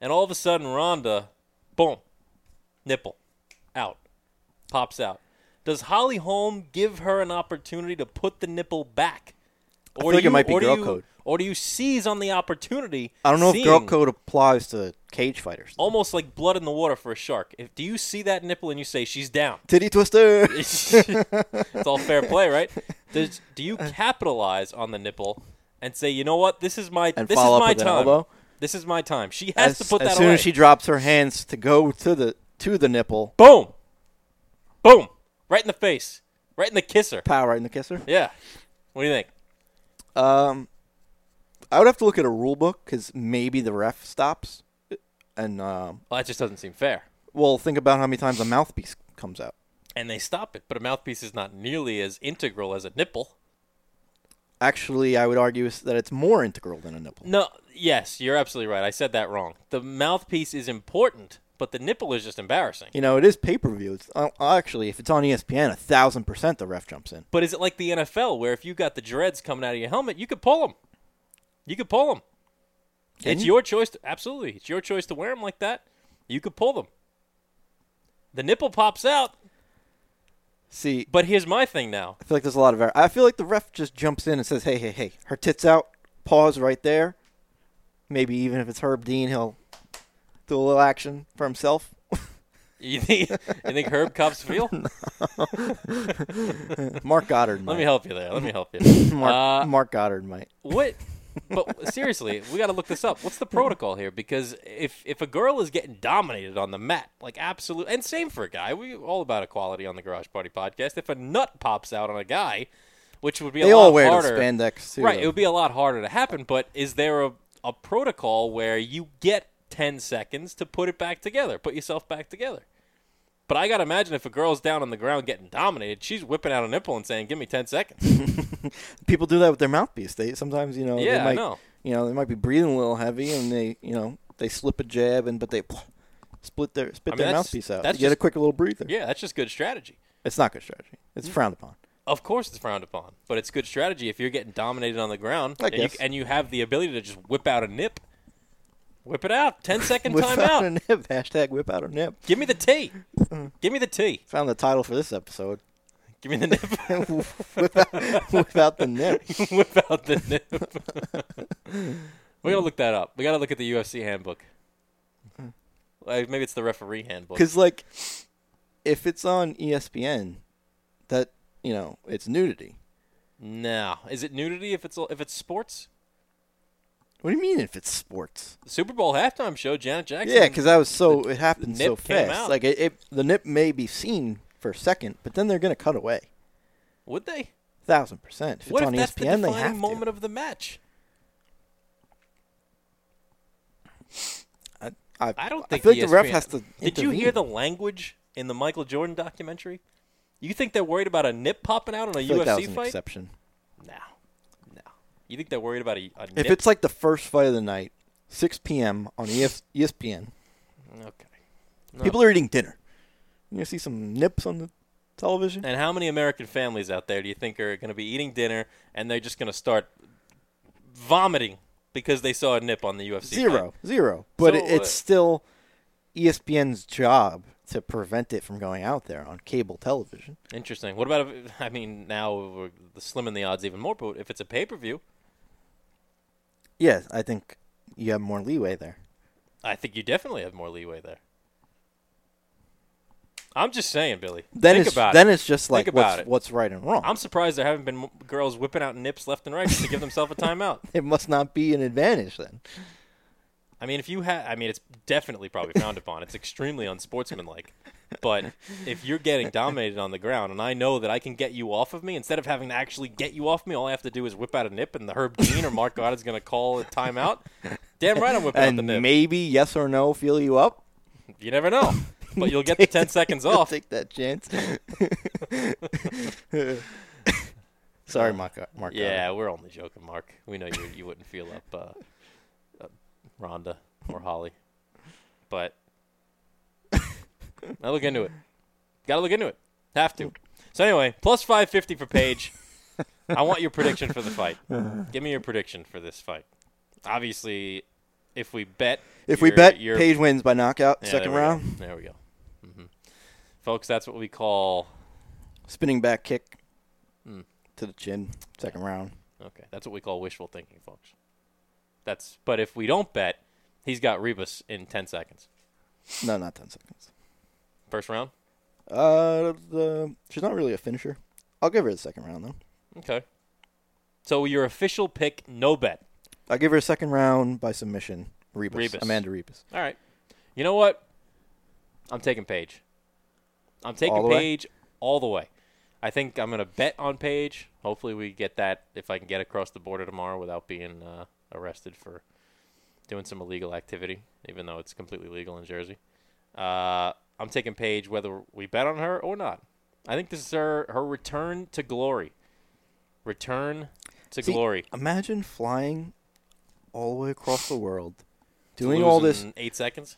S2: And all of a sudden, Ronda, boom, nipple, out, pops out. Does Holly Holm give her an opportunity to put the nipple back? Or
S1: feel like it might be
S2: or do
S1: girl
S2: you-
S1: code.
S2: Or do you seize on the opportunity?
S1: I don't know if girl
S2: seeing-
S1: code applies to cage fighters.
S2: almost like blood in the water for a shark. If do you see that nipple and you say she's down?
S1: Titty twister.
S2: it's all fair play, right? Does, do you capitalize on the nipple and say, you know what, this is my
S1: And
S2: this is
S1: follow up
S2: my
S1: with an
S2: time.
S1: elbow?
S2: This is my time. She has
S1: as,
S2: to put
S1: as
S2: that
S1: soon
S2: away.
S1: as she drops her hands to go to the to the nipple,
S2: boom, boom, right in the face, right in the kisser.
S1: pow right in the kisser.
S2: Yeah. What do you think?
S1: Um, I would have to look at a rule book because maybe the ref stops, and um,
S2: Well, that just doesn't seem fair.
S1: well, think about how many times a mouthpiece comes out.
S2: And they stop it, but a mouthpiece is not nearly as integral as a nipple.
S1: Actually, I would argue is that it's more integral than a nipple.
S2: No, yes, you're absolutely right. I said that wrong. The mouthpiece is important, but the nipple is just embarrassing.
S1: You know, it is pay per view. It's uh, actually if it's on E ESPN, a thousand percent the ref jumps in.
S2: But is it like the NFL where if you got the dreads coming out of your helmet, you could pull them? You could pull them.
S1: Can
S2: it's
S1: you?
S2: your choice. To, absolutely, it's your choice to wear them like that. You could pull them. The nipple pops out,
S1: See,
S2: but here's my thing now.
S1: I feel like there's a lot of. error. I feel like the ref just jumps in and says, "Hey, hey, hey, her tits out. Pause right there. Maybe even if it's Herb Dean, he'll do a little action for himself."
S2: You think, you think Herb cops feel?
S1: Mark Goddard.
S2: Let
S1: might.
S2: me help you there. Let me help you.
S1: Mark,
S2: Uh,
S1: Mark Goddard might.
S2: What? But seriously, we got to look this up. What's the protocol here? Because if if a girl is getting dominated on the mat, like absolute, and same for a guy, we all about equality on the Garage Party podcast. If a nut pops out on a guy, which would be
S1: They
S2: a lot
S1: all wear the
S2: harder,
S1: spandex too.
S2: right?
S1: though.
S2: It would be a lot harder to happen. But is there a a protocol where you get ten seconds to put it back together, put yourself back together? But I gotta imagine if a girl's down on the ground getting dominated, she's whipping out a nipple and saying, "Give me ten seconds."
S1: People do that with their mouthpiece. They sometimes, you know,
S2: Yeah, I
S1: they might,
S2: know.
S1: you know, they might be breathing a little heavy, and they, you know, They slip a jab and but they split their spit
S2: I mean,
S1: their
S2: that's-
S1: mouthpiece out.
S2: that's
S1: you get a
S2: just-
S1: quick little breather.
S2: Yeah, Mm. that's just good strategy.
S1: It's not good strategy. It's frowned upon.
S2: Of course, it's frowned upon, but it's good strategy if you're getting dominated on the ground
S1: I
S2: and,
S1: guess.
S2: You, and you have the ability to just whip out a nip. Whip it out. 10 second
S1: Whip out
S2: timeout.
S1: a nip. Hashtag whip out a nip.
S2: Give me the tea. Give me the tea.
S1: Found the title for this episode.
S2: Give me the nip.
S1: without, without the nip.
S2: whip out the nip. we gotta look that up. We gotta look at the UFC handbook.
S1: Mm-hmm.
S2: Like, maybe it's the referee handbook.
S1: Because like, if it's on E ESPN, that you know it's nudity.
S2: No, is it nudity if it's if it's sports?
S1: What do you mean if it's sports?
S2: The Super Bowl halftime show, Janet Jackson.
S1: Yeah, because I was so it happened
S2: the
S1: so
S2: nip came
S1: fast.
S2: out.
S1: Like it, it, the nip may be seen for a second, but then they're gonna cut away.
S2: would they?
S1: Thousand percent. If it's
S2: what
S1: on E
S2: if that's
S1: ESPN, they
S2: the defining
S1: have
S2: moment
S1: to.
S2: of the match?
S1: I,
S2: I don't think E
S1: I feel like the ref
S2: ESPN
S1: has to.
S2: Did you hear
S1: intervene.
S2: the language in the Michael Jordan documentary? You think they're worried about a nip popping out on a
S1: I feel
S2: UFC
S1: like that was an
S2: fight?
S1: exception.
S2: No, no. You think they're worried about a, a
S1: If
S2: nip?
S1: it's like the first fight of the night, 6 p.m. on E ES- ESPN,
S2: okay.
S1: people are eating dinner. You're gonna see some nips on the television.
S2: And how many American families out there do you think are going to be eating dinner and they're just going to start vomiting because they saw a nip on the UFC? fight?
S1: Zero, zero. But
S2: So,
S1: it, it's
S2: uh,
S1: still E ESPN's job to prevent it from going out there on cable television.
S2: Interesting. What about? If, I mean, now we're slimming the odds even more. But if it's a pay per view,
S1: Yes, I think you have more leeway there.
S2: I think you definitely have more leeway there. I'm just saying, Billy.
S1: Then
S2: think
S1: it's
S2: about
S1: then
S2: it.
S1: it's just like
S2: Think
S1: what's,
S2: about it.
S1: what's right and wrong.
S2: I'm surprised there haven't been m- girls whipping out nips left and right just to give themselves a timeout.
S1: it must not be an advantage then.
S2: I mean, if you have, I mean, it's definitely probably frowned upon. It's extremely unsportsmanlike. But if you're getting dominated on the ground, and I know that I can get you off of me, instead of having to actually get you off me, all I have to do is whip out a nip, and the Herb Dean or Mark Goddard's going to call a timeout. Damn right, I'm whipping out the
S1: And
S2: nip.
S1: maybe yes or no feel you up.
S2: you never know, but you'll get the ten seconds off.
S1: Take that chance. Sorry, Mark. uh, Mark
S2: Yeah, we're only joking, Mark. We know you you wouldn't feel up uh, uh, Rhonda or Holly, but I look into it. Got to look into it. Have to. So anyway, plus five fifty for Paige. I want your prediction for the fight. Give me your prediction for this fight. Obviously, if we bet,
S1: If we
S2: you're-
S1: bet,
S2: you're-
S1: Page wins by knockout,
S2: Yeah,
S1: second
S2: there we go.
S1: round,
S2: There we go, hmm folks. That's what we call.
S1: spinning back kick mm, to the chin, second round.
S2: Okay, that's what we call wishful thinking, folks. That's but if we don't bet, he's got Rebus in ten seconds.
S1: No, not ten seconds.
S2: First round.
S1: Uh, the, she's not really a finisher. I'll give her the second round though.
S2: Okay. So your official pick, no bet.
S1: I'll give her a second round by submission. Rebus,
S2: Rebus.
S1: Amanda Rebus.
S2: All right. You know what? I'm taking Paige. I'm taking
S1: All the way?
S2: Paige all the way. I think I'm gonna bet on Paige. Hopefully we get that if I can get across the border tomorrow without being uh, arrested for doing some illegal activity, even though it's completely legal in Jersey. Uh, I'm taking Paige whether we bet on her or not. I think this is her her return to glory. Return to
S1: See,
S2: glory.
S1: Imagine flying all the way across the world,
S2: To
S1: doing
S2: lose
S1: all this.
S2: in eight seconds.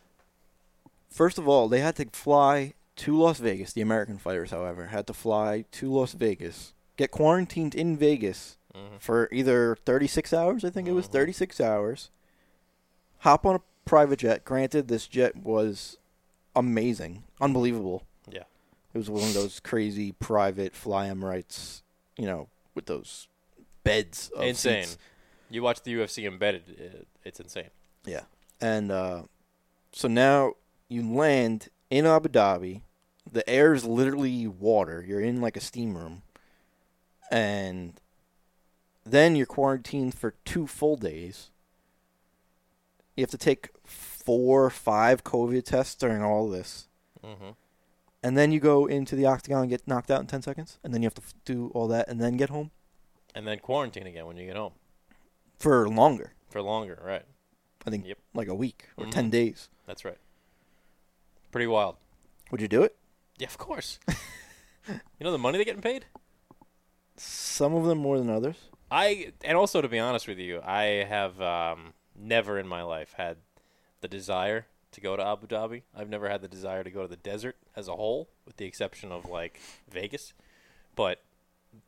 S1: First of all, they had to fly to Las Vegas. The American fighters, however, had to fly to Las Vegas, get quarantined in Vegas
S2: Mm-hmm.
S1: for either 36 hours, I think it was 36 hours, hop on a private jet. Granted, this jet was amazing, unbelievable.
S2: Yeah.
S1: It was one of those crazy private fly Emirates, you know, with those beds of
S2: insane.
S1: seats.
S2: You watch the UFC embedded, it, it's insane.
S1: Yeah. And uh, so now you land in Abu Dhabi. The air is literally water. You're in like a steam room. And then you're quarantined for two full days. You have to take four, five COVID tests during all this. Mm-hmm. And then you go into the octagon and get knocked out in 10 seconds. And then you have to f- do all that and then get home
S2: And then quarantine again when you get home
S1: for longer.
S2: for longer, right?
S1: I think
S2: Yep.
S1: like a week or 10 days.
S2: That's right. Pretty wild.
S1: Would you do it?
S2: Yeah, of course. you know the money they're getting paid?
S1: Some of them more than others.
S2: I and also to be honest with you, I have um, never in my life had the desire to go to Abu Dhabi. I've never had the desire to go to the desert as a whole, with the exception of like Vegas. But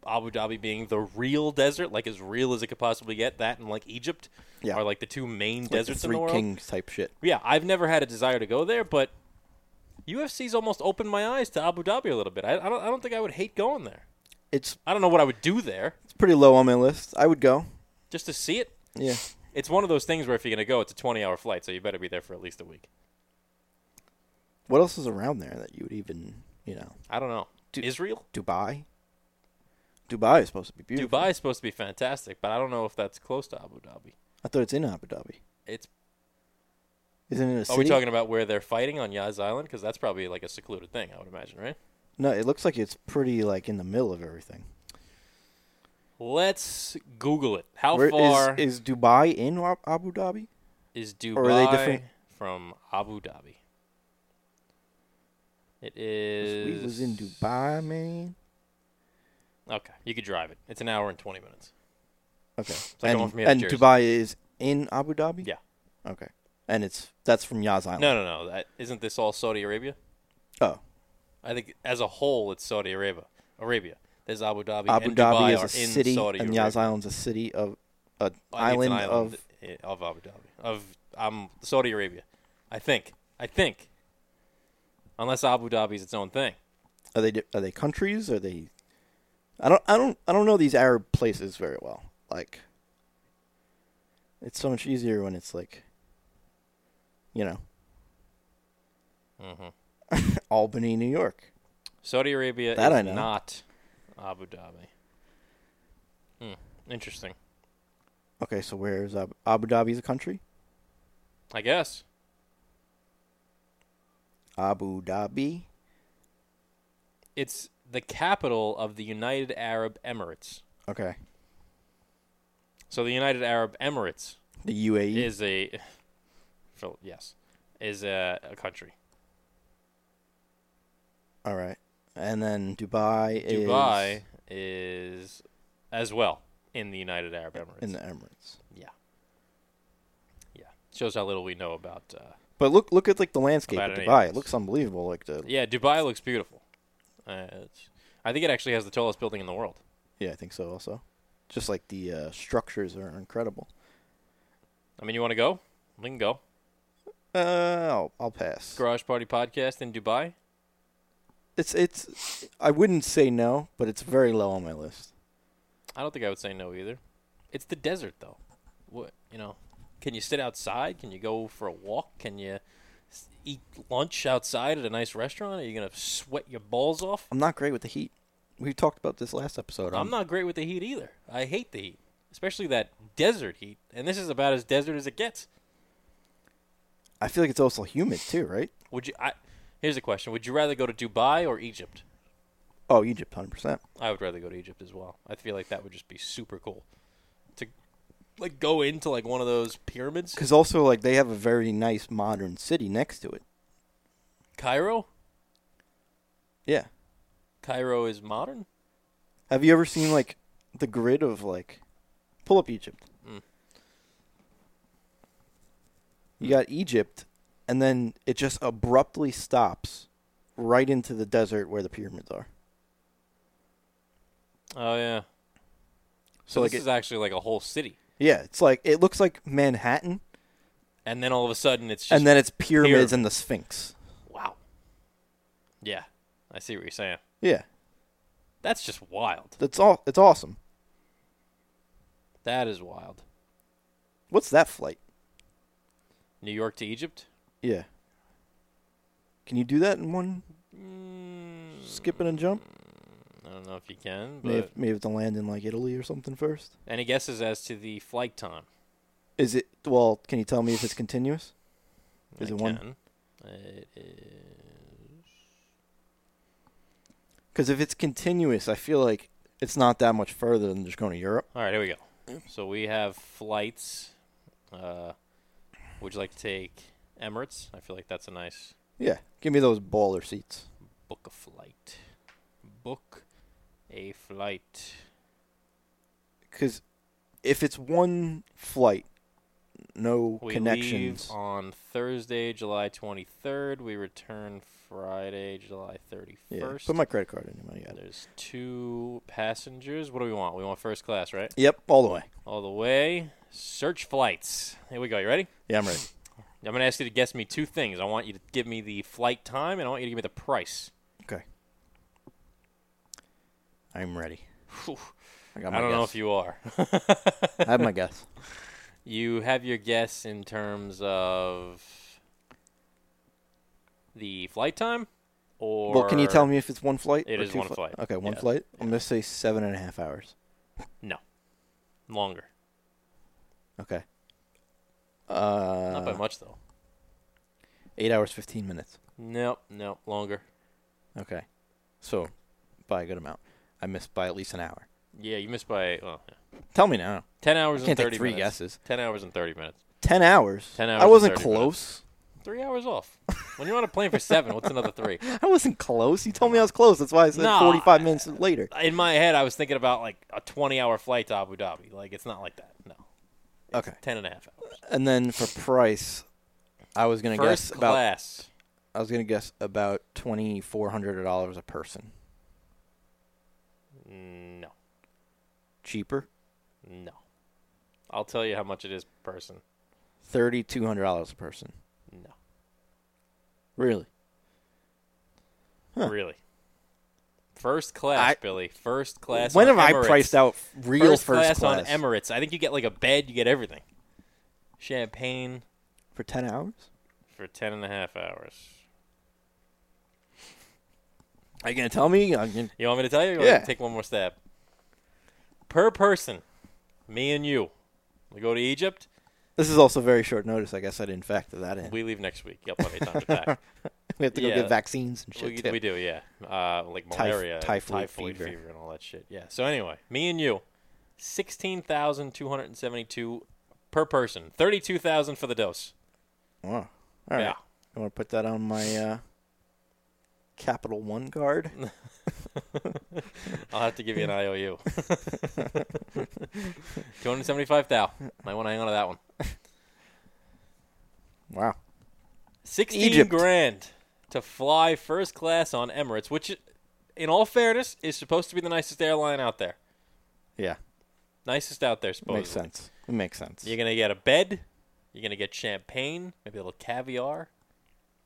S2: Abu Dhabi being the real desert, like as real as it could possibly get, that and like Egypt
S1: Yeah.
S2: are like the two main
S1: Like
S2: deserts
S1: the
S2: in
S1: three
S2: the world.
S1: kings type shit.
S2: Yeah, I've never had a desire to go there, but UFC's almost opened my eyes to Abu Dhabi a little bit. I, I don't I don't think I would hate going there.
S1: It's
S2: I don't know what I would do there
S1: it's pretty low on my list. I would go.
S2: just to see it.
S1: Yeah.
S2: It's one of those things where if you're going to go, it's a 20-hour flight, so you better be there for at least a week.
S1: What else is around there that you would even you know?
S2: I don't know.
S1: Dude.
S2: Israel?
S1: Dubai. Dubai is supposed to be beautiful.
S2: Dubai is supposed to be fantastic, but I don't know if that's close to Abu Dhabi.
S1: I thought it's in Abu Dhabi.
S2: It's
S1: Isn't it a
S2: Are
S1: city?
S2: we talking about where they're fighting on Yaz Island cuz that's probably like a secluded thing, I would imagine, right?
S1: no, it looks like it's pretty like in the middle of everything.
S2: Let's Google it. How
S1: Where- is-
S2: far is,
S1: is, Dubai in Wa- Abu Dhabi?
S2: Dubai
S1: or are they different?
S2: from Abu Dhabi? It
S1: We
S2: is.
S1: was in Dubai, man.
S2: Okay, you could drive it. It's an hour and twenty minutes.
S1: Okay.
S2: like
S1: and
S2: going from here to
S1: and
S2: Jersey.
S1: Dubai is in Abu Dhabi?
S2: Yeah.
S1: Okay. And it's that's from Yas Island.
S2: No, no, no. That, isn't this all Saudi Arabia?
S1: Oh.
S2: I think as a whole, it's Saudi Arabia. Arabia. There's Abu Dhabi.
S1: Abu
S2: and
S1: Dhabi
S2: Dubai
S1: is
S2: are
S1: a
S2: in
S1: city
S2: Saudi
S1: and
S2: Arabia.
S1: Yas Island's a city of a
S2: I think it's
S1: island,
S2: an
S1: of
S2: island i- of Abu Dhabi of um, Saudi Arabia. I think. I think. Unless Abu Dhabi is its own thing.
S1: are they di- are they countries? Are they I don't I don't I don't know these Arab places very well. Like it's so much easier when it's like you know,
S2: Mhm.
S1: Albany, New York.
S2: Saudi Arabia
S1: That
S2: is
S1: I know.
S2: not Abu Dhabi. Hmm. Interesting.
S1: Okay, so where is Abu, Abu Dhabi is a country?
S2: I guess.
S1: Abu Dhabi.
S2: It's the capital of the United Arab Emirates.
S1: Okay.
S2: So the United Arab Emirates
S1: The E. UAE.
S2: is a Phil- yes, is a, a country.
S1: All right. And then Dubai, is
S2: Dubai is as well in the United Arab Emirates.
S1: in the Emirates.
S2: yeah. Yeah. Shows how little we know about uh,
S1: But look look at like the landscape
S2: About
S1: of
S2: any of
S1: Dubai.
S2: this.
S1: It looks unbelievable like the
S2: Yeah, Dubai looks beautiful. Uh, it's, I think it actually has the tallest building in the world.
S1: Yeah, I think so also. Just like the uh, structures are incredible.
S2: I mean, you want to go? We can go.
S1: Uh, I'll, I'll pass.
S2: Garage Party Podcast in Dubai.
S1: It's it's. I wouldn't say no, but it's very low on my list.
S2: I don't think I would say no either. It's the desert, though. What you know? Can you sit outside? Can you go for a walk? Can you s- eat lunch outside at a nice restaurant? Are you gonna sweat your balls off?
S1: I'm not great with the heat. We talked about this last episode.
S2: I'm
S1: I'm-
S2: not great with the heat either. I hate the heat, especially that desert heat. And this is about as desert as it gets.
S1: I feel like it's also humid too, right?
S2: Would you? I, here's a question: Would you rather go to Dubai or Egypt?
S1: Oh, Egypt, hundred percent.
S2: I would rather go to Egypt as well. I feel like that would just be super cool to like go into like one of those pyramids.
S1: Because also, like, they have a very nice modern city next to it.
S2: Cairo?
S1: Yeah.
S2: Cairo is modern?
S1: Have you ever seen like the grid of like pull up Egypt?
S2: Mm.
S1: You got Egypt, and then it just abruptly stops right into the desert where the pyramids are.
S2: Oh yeah. So,
S1: So, like
S2: this
S1: it-
S2: is actually like a whole city.
S1: Yeah, it's like it looks like Manhattan,
S2: And then all of a sudden it's just
S1: and then it's pyramids
S2: pyramid.
S1: and the Sphinx.
S2: wow. Yeah. I see what you're saying.
S1: Yeah,
S2: That's just wild.
S1: that's all. It's awesome.
S2: That is wild.
S1: What's that flight?
S2: New York to Egypt?
S1: Yeah. Can you do that in one
S2: Mm,
S1: skip and a jump?
S2: I don't know if you can, but
S1: May have, may have to land in like Italy or something first.
S2: any guesses as to the flight time?
S1: Is it well? Can you tell me if it's continuous? Is
S2: I
S1: it one?
S2: can. It is
S1: Because if it's continuous, I feel like it's not that much further than just going to Europe.
S2: All right, here we go. So we have flights. Uh, would you like to take Emirates? I feel like that's a nice
S1: Yeah, give me those baller seats.
S2: book a flight. Book a flight.
S1: Because if it's one flight, no
S2: We
S1: connections.
S2: leave on Thursday, July 23rd. We return Friday, July 31st.
S1: Yeah. Put my credit card in your money. Out.
S2: There's two passengers. What do we want? We want first class, right?
S1: Yep, all the way.
S2: All the way. Search flights. Here we go. You ready?
S1: Yeah, I'm ready.
S2: I'm going to ask you to guess me two things. I want you to give me the flight time, and I want you to give me the price.
S1: Okay. I'm ready.
S2: Whew.
S1: I got
S2: I
S1: my
S2: don't know
S1: guess.
S2: if you are.
S1: I have my guess.
S2: You have your guess in terms of the flight time, or
S1: Well, can you tell me if it's one flight?
S2: It
S1: or
S2: is
S1: two
S2: one
S1: fli-
S2: flight.
S1: Okay, one
S2: Yeah.
S1: flight. I'm gonna say seven and a half hours.
S2: No, longer.
S1: Okay. Uh,
S2: Not by much though.
S1: Eight hours, fifteen minutes.
S2: Nope, nope, longer.
S1: Okay. So, by a good amount, I missed by at least an hour.
S2: Yeah, you missed by well, yeah.
S1: Tell me now.
S2: ten
S1: I
S2: hours and
S1: can't
S2: thirty
S1: take three
S2: minutes.
S1: guesses.
S2: Ten hours and thirty minutes.
S1: Ten hours.
S2: 10 hours
S1: I
S2: and
S1: wasn't
S2: 30 minutes.
S1: close.
S2: Three hours off. when you're on a plane for seven, what's another three?
S1: I wasn't close. You told me I was close. That's why I said
S2: Nah.
S1: 45 minutes later.
S2: In my head, I was thinking about like a twenty-hour flight to Abu Dhabi. Like it's not like that. No,
S1: Okay.
S2: ten and a half hours.
S1: And then for price, I was gonna
S2: First
S1: guess about
S2: class.
S1: I was gonna guess about twenty four hundred dollars a person.
S2: Mm, No,
S1: Cheaper,
S2: no. I'll tell you how much it is per person.
S1: thirty two hundred dollars a person.
S2: No.
S1: Really? Huh.
S2: Really. First class,
S1: I-
S2: Billy. First class.
S1: when
S2: on
S1: have I
S2: Emirates.
S1: priced out real
S2: first,
S1: first,
S2: class,
S1: class,
S2: on Emirates? I think you get like a bed. You get everything. Champagne
S1: for ten hours?
S2: for ten and a half hours.
S1: Are you gonna tell me? I'm gonna-
S2: You want me to tell you? Or you want me to
S1: Yeah.
S2: Take one more stab. Per person, me and you, we go to Egypt.
S1: This is also very short notice. I guess I didn't factor that in. We,
S2: We leave next week. Yep, plenty of time to pack.
S1: have to go
S2: yeah.
S1: get vaccines and shit.
S2: we,
S1: too.
S2: we do, yeah. Uh, like
S1: Typh-
S2: malaria,
S1: typhoid
S2: fever.
S1: fever.
S2: and all that shit. Yeah. So anyway, me and you, sixteen thousand two hundred and seventy-two per person. Thirty-two thousand for the dose.
S1: Wow. All right.
S2: Yeah.
S1: I want to put that on my uh, Capital One card.
S2: I'll have to give you an IOU. Two hundred seventy-five thou. Might want to hang on to that one.
S1: Wow.
S2: Sixteen
S1: Egypt.
S2: grand to fly first class on Emirates, which, in all fairness, is supposed to be the nicest airline out there.
S1: Yeah.
S2: Nicest out there, supposedly.
S1: Makes sense. It makes sense.
S2: You're Oh, gonna get a bed. You're gonna get champagne, maybe a little caviar.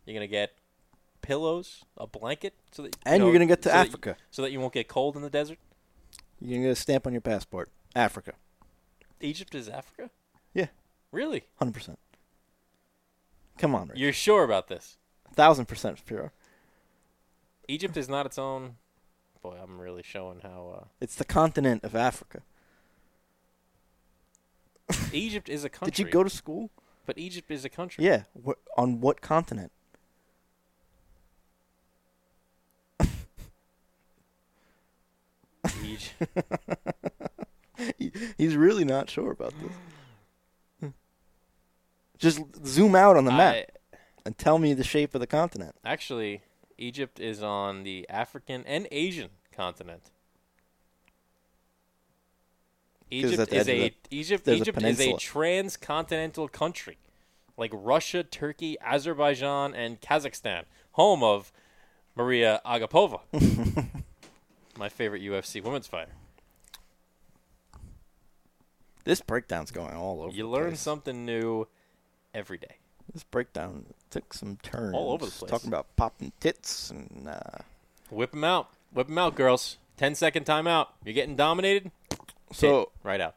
S2: You're gonna get pillows, a blanket, so that
S1: and
S2: you
S1: you're
S2: know,
S1: gonna get to
S2: so that you-
S1: Africa.
S2: so that you won't get cold in the desert.
S1: You're gonna get a stamp on your passport. Africa.
S2: Egypt is Africa.
S1: Yeah.
S2: Really?
S1: Hundred percent. Come on, Rich.
S2: You're sure about this?
S1: Thousand percent pure.
S2: Egypt is not its own. Boy, I'm really showing how
S1: It's the continent of Africa.
S2: uh, Egypt is a country.
S1: Did you go to school?
S2: But Egypt is a country.
S1: Yeah. What, on what continent?
S2: Egy-
S1: He- He's really not sure about this. Just zoom out on the map
S2: I-
S1: and tell me the shape of the continent.
S2: actually, Egypt is on the African and Asian continent.
S1: at the
S2: Egypt is
S1: edge of
S2: a
S1: the-
S2: Egypt
S1: there's a
S2: Egypt is a
S1: peninsula.
S2: transcontinental country, like Russia, Turkey, Azerbaijan, and Kazakhstan, home of Maria Agapova, my favorite UFC women's fighter.
S1: This breakdown's going all over.
S2: You
S1: the
S2: learn
S1: place.
S2: something new every day.
S1: This breakdown took some turns.
S2: over the place.
S1: Talking about popping tits and uh,
S2: Whip them out, whip them out, girls. 10 second timeout. You're getting dominated.
S1: so.
S2: Tit. right out.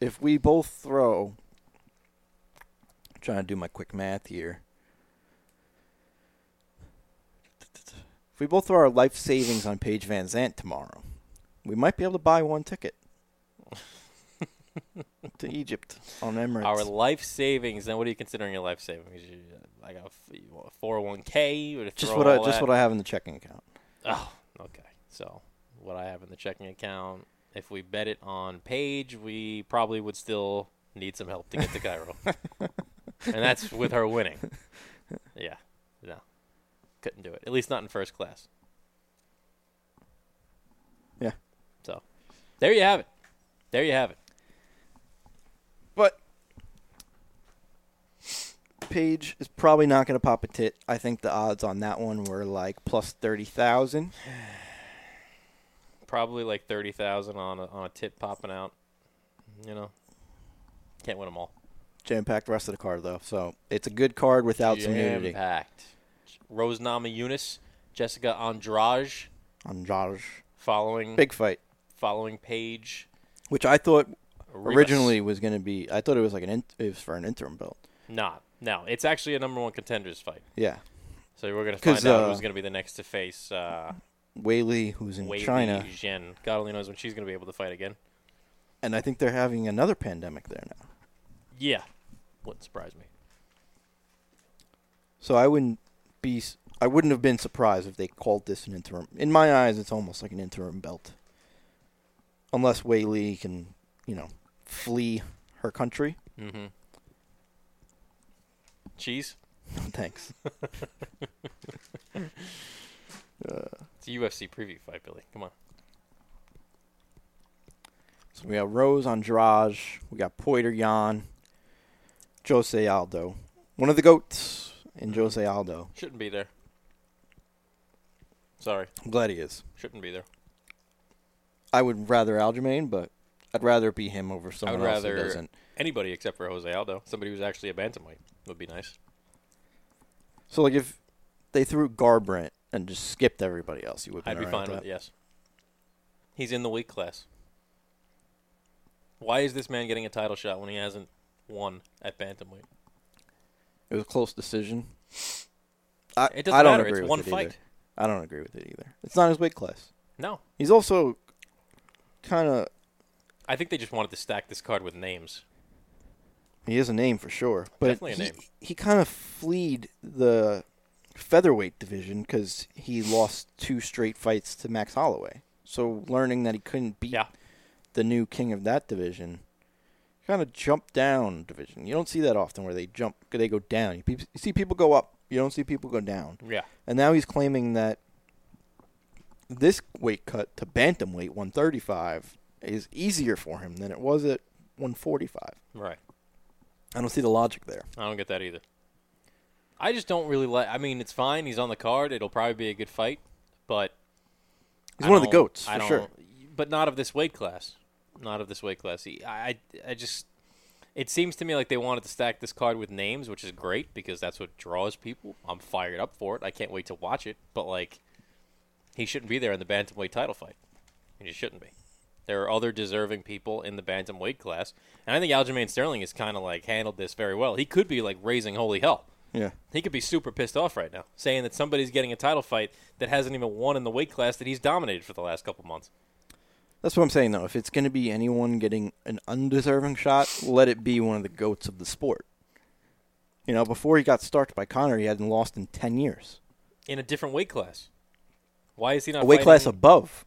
S1: if we both throw I'm trying to do my quick math here if we both throw our life savings on Paige Van Zant tomorrow we might be able to buy one ticket to Egypt on Emirates
S2: Our life savings. Then what are you considering your life savings? You, I got a four hundred one k.
S1: just what I just what I have in the checking account
S2: Oh, okay. So what I have in the checking account. If we bet it on Paige, we probably would still need some help to get to Cairo, and that's with her winning. Yeah, no, couldn't do it. At least not in first class.
S1: Yeah.
S2: So there you have it. There you have it.
S1: but Page is probably not going to pop a tit. I think the odds on that one were like plus thirty thousand.
S2: Probably like thirty thousand on a, on a tip popping out. You know, can't win them all.
S1: Jam packed rest of the card though, so it's a good card without some nudity.
S2: Jam-packed. Rose Nama Yunus, Jessica Andrade,
S1: Andrade.
S2: following
S1: Big fight,
S2: following page.
S1: which I thought
S2: Rivas.
S1: originally was going to be. I thought it was like an in, it was for an interim belt.
S2: not. No, it's actually a number one contenders fight.
S1: Yeah,
S2: So we're gonna
S1: 'Cause,
S2: find out
S1: uh,
S2: who's gonna be the next to face uh,
S1: Whaley, who's in
S2: Wei Li
S1: China,
S2: Zhen. God only knows when she's gonna be able to fight again.
S1: and I think they're having another pandemic there now.
S2: Yeah, wouldn't surprise me.
S1: So I wouldn't be. s- I wouldn't have been surprised if they called this an interim. In my eyes, it's almost like an interim belt, unless Whaley can, you know, flee her country.
S2: Mm-hmm. Cheese.
S1: Thanks.
S2: It's a UFC preview fight, Billy. Come on.
S1: So we got Rose Andrade. We got Poiter Jan. Jose Aldo, one of the goats
S2: Mm-hmm.
S1: in Jose Aldo.
S2: Shouldn't be there. Sorry,
S1: I'm glad he is.
S2: shouldn't be there.
S1: I would rather Aljamain, but I'd rather it be him over someone
S2: I would
S1: else
S2: rather
S1: who doesn't.
S2: anybody except for Jose Aldo. Somebody who's actually a bantamweight would be nice.
S1: So like if they threw Garbrandt and just skipped everybody else, you would.
S2: I'd be fine with it. Yes. He's in the weak class. Why is this man getting a title shot when he hasn't won at bantamweight?
S1: It was a close decision. I,
S2: It doesn't
S1: I don't
S2: matter.
S1: agree
S2: It's
S1: with
S2: one
S1: it
S2: fight.
S1: Either. I don't agree with it either. It's not his weight class.
S2: No,
S1: He's also kind of
S2: I think they just wanted to stack this card with names.
S1: he is a name for sure, but
S2: Definitely a
S1: he,
S2: name.
S1: he kind of fleed the featherweight division because he lost two straight fights to Max Holloway. So learning that he couldn't beat
S2: Yeah.
S1: the new king of that division, kind of jumped down division. You don't see that often where they jump, they go down. You, peop- you see people go up. You don't see people go down.
S2: Yeah.
S1: And now he's claiming that this weight cut to bantamweight 135 is easier for him than it was at 145.
S2: Right.
S1: I don't see the logic there.
S2: I don't get that either. I just don't really like. I mean, it's fine. He's on the card. It'll probably be a good fight, but
S1: He's
S2: I
S1: one of the
S2: don't-
S1: goats
S2: I
S1: for sure.
S2: don't- But not of this weight class. Not of this weight class. He- I, I, I just. It seems to me like they wanted to stack this card with names, which is great because that's what draws people. I'm fired up for it. I can't wait to watch it. But like, he shouldn't be there in the bantamweight title fight. He just shouldn't be. There are other deserving people in the bantamweight class, and I think Aljamain Sterling has kind of like handled this very well. He could be like raising holy hell.
S1: Yeah.
S2: He could be super pissed off right now, saying that somebody's getting a title fight that hasn't even won in the weight class that he's dominated for the last couple months.
S1: That's what I'm saying though. If it's going to be anyone getting an undeserving shot, let it be one of the goats of the sport. You know, before he got starched by Connor, he hadn't lost in 10 years.
S2: in a different weight class. Why is he not
S1: A weight class
S2: fighting-
S1: above.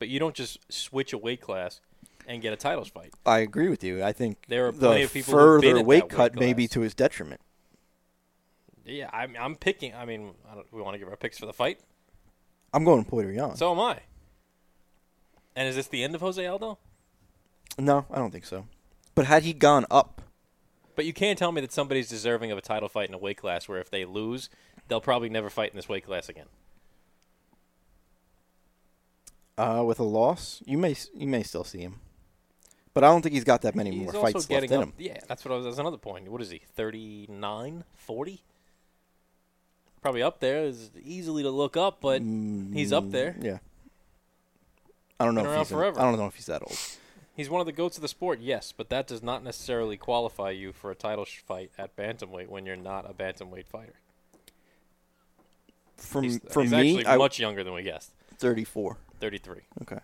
S2: But you don't just switch a weight class and get a titles fight.
S1: I agree with you. I think
S2: There are
S1: the
S2: plenty of people who've been
S1: further
S2: at
S1: weight
S2: that weight
S1: cut may be
S2: class.
S1: to his detriment.
S2: Yeah, I'm, I'm picking. I mean, I don't, we want to give our picks for the fight.
S1: I'm going Poirier. Jan.
S2: So am I. And is this the end of Jose Aldo?
S1: No, I don't think so. But had he gone up,
S2: But you can't tell me that somebody's deserving of a title fight in a weight class where if they lose, they'll probably never fight in this weight class again.
S1: uh, with a loss, you may you may still see him. But I don't think he's got that many more
S2: He's also
S1: fights left
S2: getting
S1: in
S2: up-
S1: him.
S2: Yeah, that's what I was. That's another point. What is he? 39, 40? Probably up there. Is easily to look up, but
S1: Mm,
S2: he's up there.
S1: Yeah. I don't know.
S2: Been
S1: if
S2: around
S1: he's in-
S2: forever.
S1: I don't know if he's that old.
S2: He's one of the goats of the sport, yes, but that does not necessarily qualify you for a title sh- fight at bantamweight when you're not a bantamweight fighter.
S1: From
S2: He's,
S1: for
S2: he's
S1: me,
S2: actually
S1: I
S2: much younger than we guessed,
S1: 34.
S2: 33.
S1: Okay.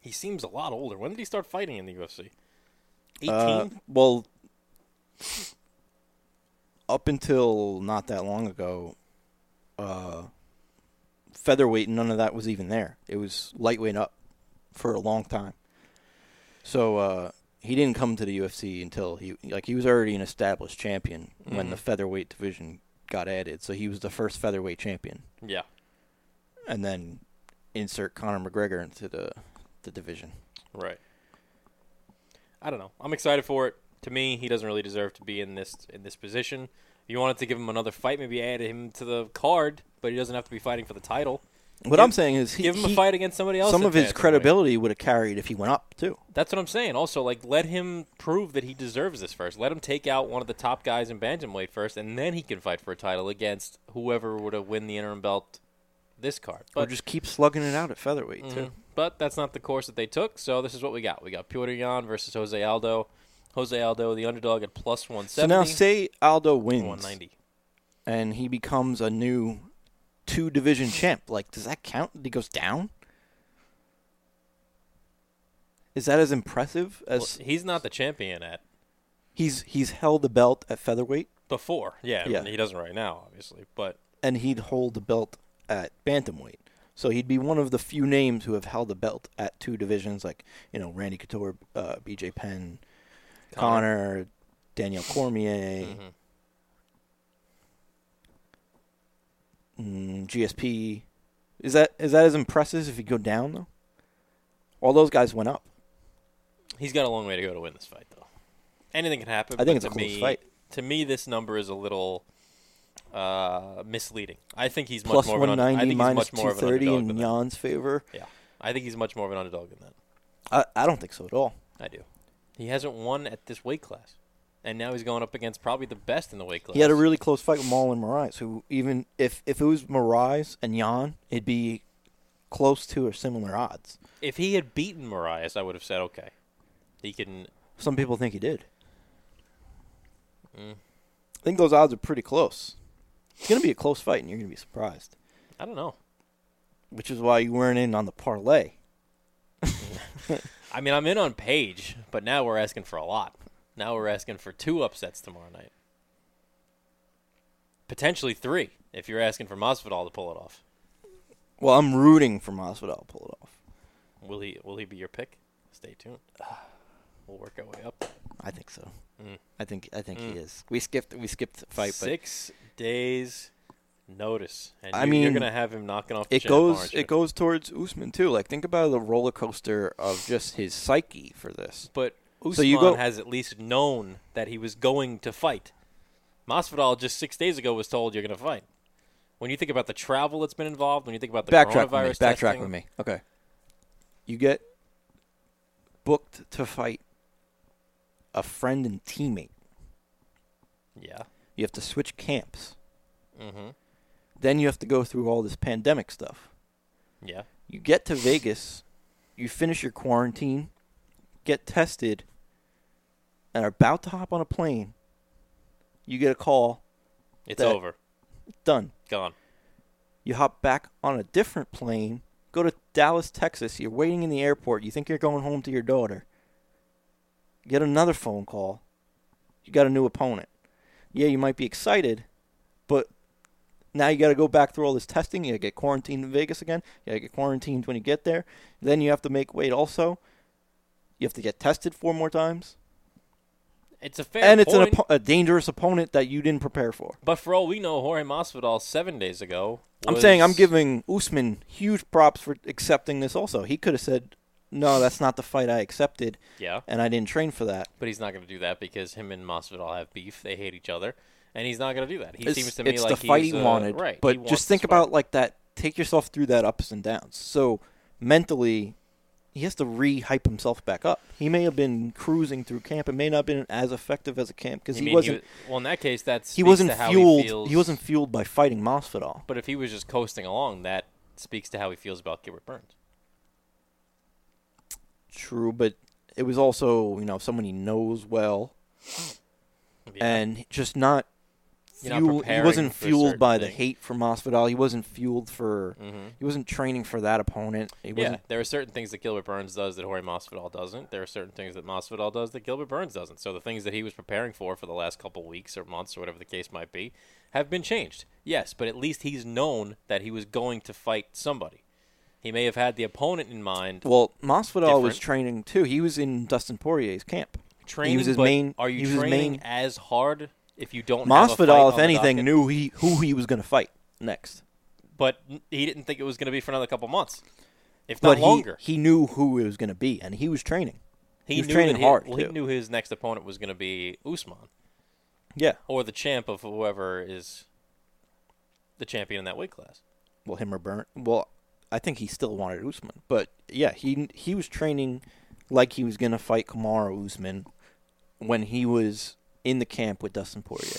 S2: He seems a lot older. When did he start fighting in the UFC? 18.
S1: Uh, well, up until not that long ago, uh, featherweight, none of that was even there. It was lightweight up for a long time. So uh, he didn't come to the UFC until he like he was already an established champion when
S2: Mm-hmm.
S1: the featherweight division got added. So he was the first featherweight champion,
S2: yeah.
S1: and then insert Conor McGregor into the the division.
S2: Right. I don't know. I'm excited for it. to me, he doesn't really deserve to be in this in this position. If you wanted to give him another fight, maybe add him to the card, but he doesn't have to be fighting for the title.
S1: What
S2: Give-
S1: I'm saying is he,
S2: give him
S1: he-
S2: a fight against somebody else.
S1: some
S2: that
S1: of his
S2: passed away.
S1: credibility would have carried if he went up too.
S2: That's what I'm saying. Also, like, let him prove that he deserves this first. Let him take out one of the top guys in bantamweight first, and then he can fight for a title against whoever would have win the interim belt this card.
S1: or
S2: But Mm-hmm.
S1: just keep slugging it out at featherweight too.
S2: But that's not the course that they took. So this is what we got. We got Piotr Jan versus Jose Aldo. Jose Aldo, the underdog, at plus one
S1: So
S2: seventy.
S1: now, say Aldo wins
S2: one ninety.
S1: and he becomes a new two division champ. Like, does that count? that He goes down. Is that as impressive as
S2: He's not the champion at
S1: he's he's held the belt at featherweight
S2: before. Yeah,
S1: Yeah.
S2: he doesn't right now, obviously. But
S1: and he'd hold the belt at bantamweight. So he'd be one of the few names who have held the belt at two divisions, like you know Randy Couture, uh, B.J. Penn, Connor, Daniel Cormier,
S2: Mm-hmm.
S1: mm, GSP. Is that is that as impressive if you go down though? All those guys went up.
S2: he's got a long way to go to win this fight, though. Anything can happen.
S1: I think it's
S2: but
S1: a
S2: to
S1: close
S2: me,
S1: fight.
S2: To me, this number is a little uh, misleading. I think he's much
S1: Plus
S2: more of an
S1: one
S2: under- I
S1: ninety,
S2: think he's
S1: minus
S2: much
S1: two
S2: more of an
S1: thirty
S2: underdog
S1: in
S2: than that.
S1: Jan's favor.
S2: Yeah, I think he's much more of an underdog than that.
S1: I, I don't think so at all.
S2: I do. He hasn't won at this weight class, and now he's going up against probably the best in the weight class.
S1: He had a really close fight with Maul and Moraes, who even if, if it was Moraes and Jan, it'd be close to or similar odds.
S2: if he had beaten Marias, I would have said okay. He can.
S1: Some people think he did.
S2: Mm.
S1: I think those odds are pretty close. It's going to be a close fight, and you're going to be surprised,
S2: I don't know.
S1: which is why you weren't in on the parlay.
S2: I mean, I'm in on Page, but now we're asking for a lot. Now we're asking for two upsets tomorrow night. Potentially three, if you're asking for Masvidal to pull it off.
S1: Well, I'm rooting for Masvidal to pull it off.
S2: Will he? Will he be your pick? Stay tuned. We'll work our way up.
S1: I think so.
S2: Mm.
S1: I think I think he is. We skipped we skipped the fight, but
S2: Six days notice, and
S1: I
S2: you,
S1: mean,
S2: you're gonna have him knocking off. the
S1: it
S2: chin,
S1: goes
S2: aren't
S1: it
S2: you?
S1: goes towards Usman too. Like think about the roller coaster of just his psyche for this.
S2: But Usman
S1: So you go-
S2: has at least known that he was going to fight. Masvidal just six days ago was told you're going to fight. When you think about the travel that's been involved, when you think about the
S1: backtrack with me.
S2: coronavirus
S1: Backtrack
S2: testing,
S1: with me. Okay. You get booked to fight a friend and teammate.
S2: yeah,
S1: You have to switch camps.
S2: Mhm.
S1: Then you have to go through all this pandemic stuff.
S2: yeah,
S1: You get to Vegas, you finish your quarantine, get tested, and are about to hop on a plane. You get a call,
S2: it's
S1: That-
S2: over,
S1: done.
S2: gone.
S1: You hop back on a different plane, go to Dallas, Texas. You're waiting in the airport. You think you're going home to your daughter. Get another phone call. You got a new opponent. Yeah, you might be excited, but now you got to go back through all this testing. You got to get quarantined in Vegas again. You got to get quarantined when you get there. Then you have to make weight also. You have to get tested four more times.
S2: It's a fair
S1: and it's
S2: point,
S1: an oppo- a dangerous opponent that you didn't prepare for.
S2: but for all we know, Jorge Masvidal seven days ago.
S1: I'm saying I'm
S2: was-
S1: giving Usman huge props for accepting this. Also, he could have said, "No, that's not the fight I accepted,
S2: Yeah,
S1: and I didn't train for that."
S2: but he's not going to do that because him and Masvidal have beef. They hate each other, and he's not going to do that. He
S1: it's
S2: seems to me
S1: it's
S2: like
S1: the fight
S2: he's,
S1: he
S2: uh,
S1: wanted.
S2: right? he
S1: But
S2: wants
S1: just
S2: this
S1: think
S2: fight.
S1: about like that. Take yourself through that ups and downs. So mentally, he has to re-hype himself back up. He may have been cruising through camp. It may not have been as effective as a camp because
S2: You
S1: he,
S2: mean
S1: wasn't.
S2: wa- well, in that case, that's
S1: He, wasn't
S2: How
S1: fueled.
S2: he, feels.
S1: wasn't fueled by fighting Masvidal.
S2: But if he was just coasting along, that speaks to how he feels about Gilbert Burns.
S1: True, but it was also you know someone he knows well. and just not
S2: You're not
S1: fuel, he
S2: preparing
S1: wasn't
S2: for
S1: fueled
S2: certain
S1: by the
S2: things.
S1: hate for Masvidal. He wasn't fueled for he wasn't training for that opponent. He
S2: Mm-hmm. yeah,
S1: wasn't
S2: there are certain things that Gilbert Burns does that Jorge Masvidal doesn't. There are certain things that Masvidal does that Gilbert Burns doesn't. So the things that he was preparing for for the last couple weeks or months or whatever the case might be have been changed. Yes, but at least he's known that he was going to fight somebody. He may have had the opponent in mind.
S1: well Masvidal was
S2: Different.
S1: training too. He was in Dustin Poirier's camp.
S2: training,
S1: he was his
S2: but
S1: main
S2: Are you
S1: he was his
S2: training
S1: main
S2: as hard if you don't? have a fight
S1: Masvidal
S2: on
S1: if
S2: the
S1: anything
S2: docket?
S1: knew he who he was going to fight next.
S2: but he didn't think it was going to be for another couple months, if
S1: But
S2: not
S1: he,
S2: longer.
S1: he knew who it was going to be and he was training.
S2: He
S1: was
S2: knew
S1: training
S2: that he,
S1: hard,
S2: well, he
S1: too.
S2: knew his next opponent was going to be Usman
S1: Yeah.
S2: or the champ of whoever is the champion in that weight class.
S1: Well, him or Burn. Well, I think he still wanted Usman, but yeah, he he was training like he was gonna fight Kamara Usman when he was in the camp with Dustin Poirier.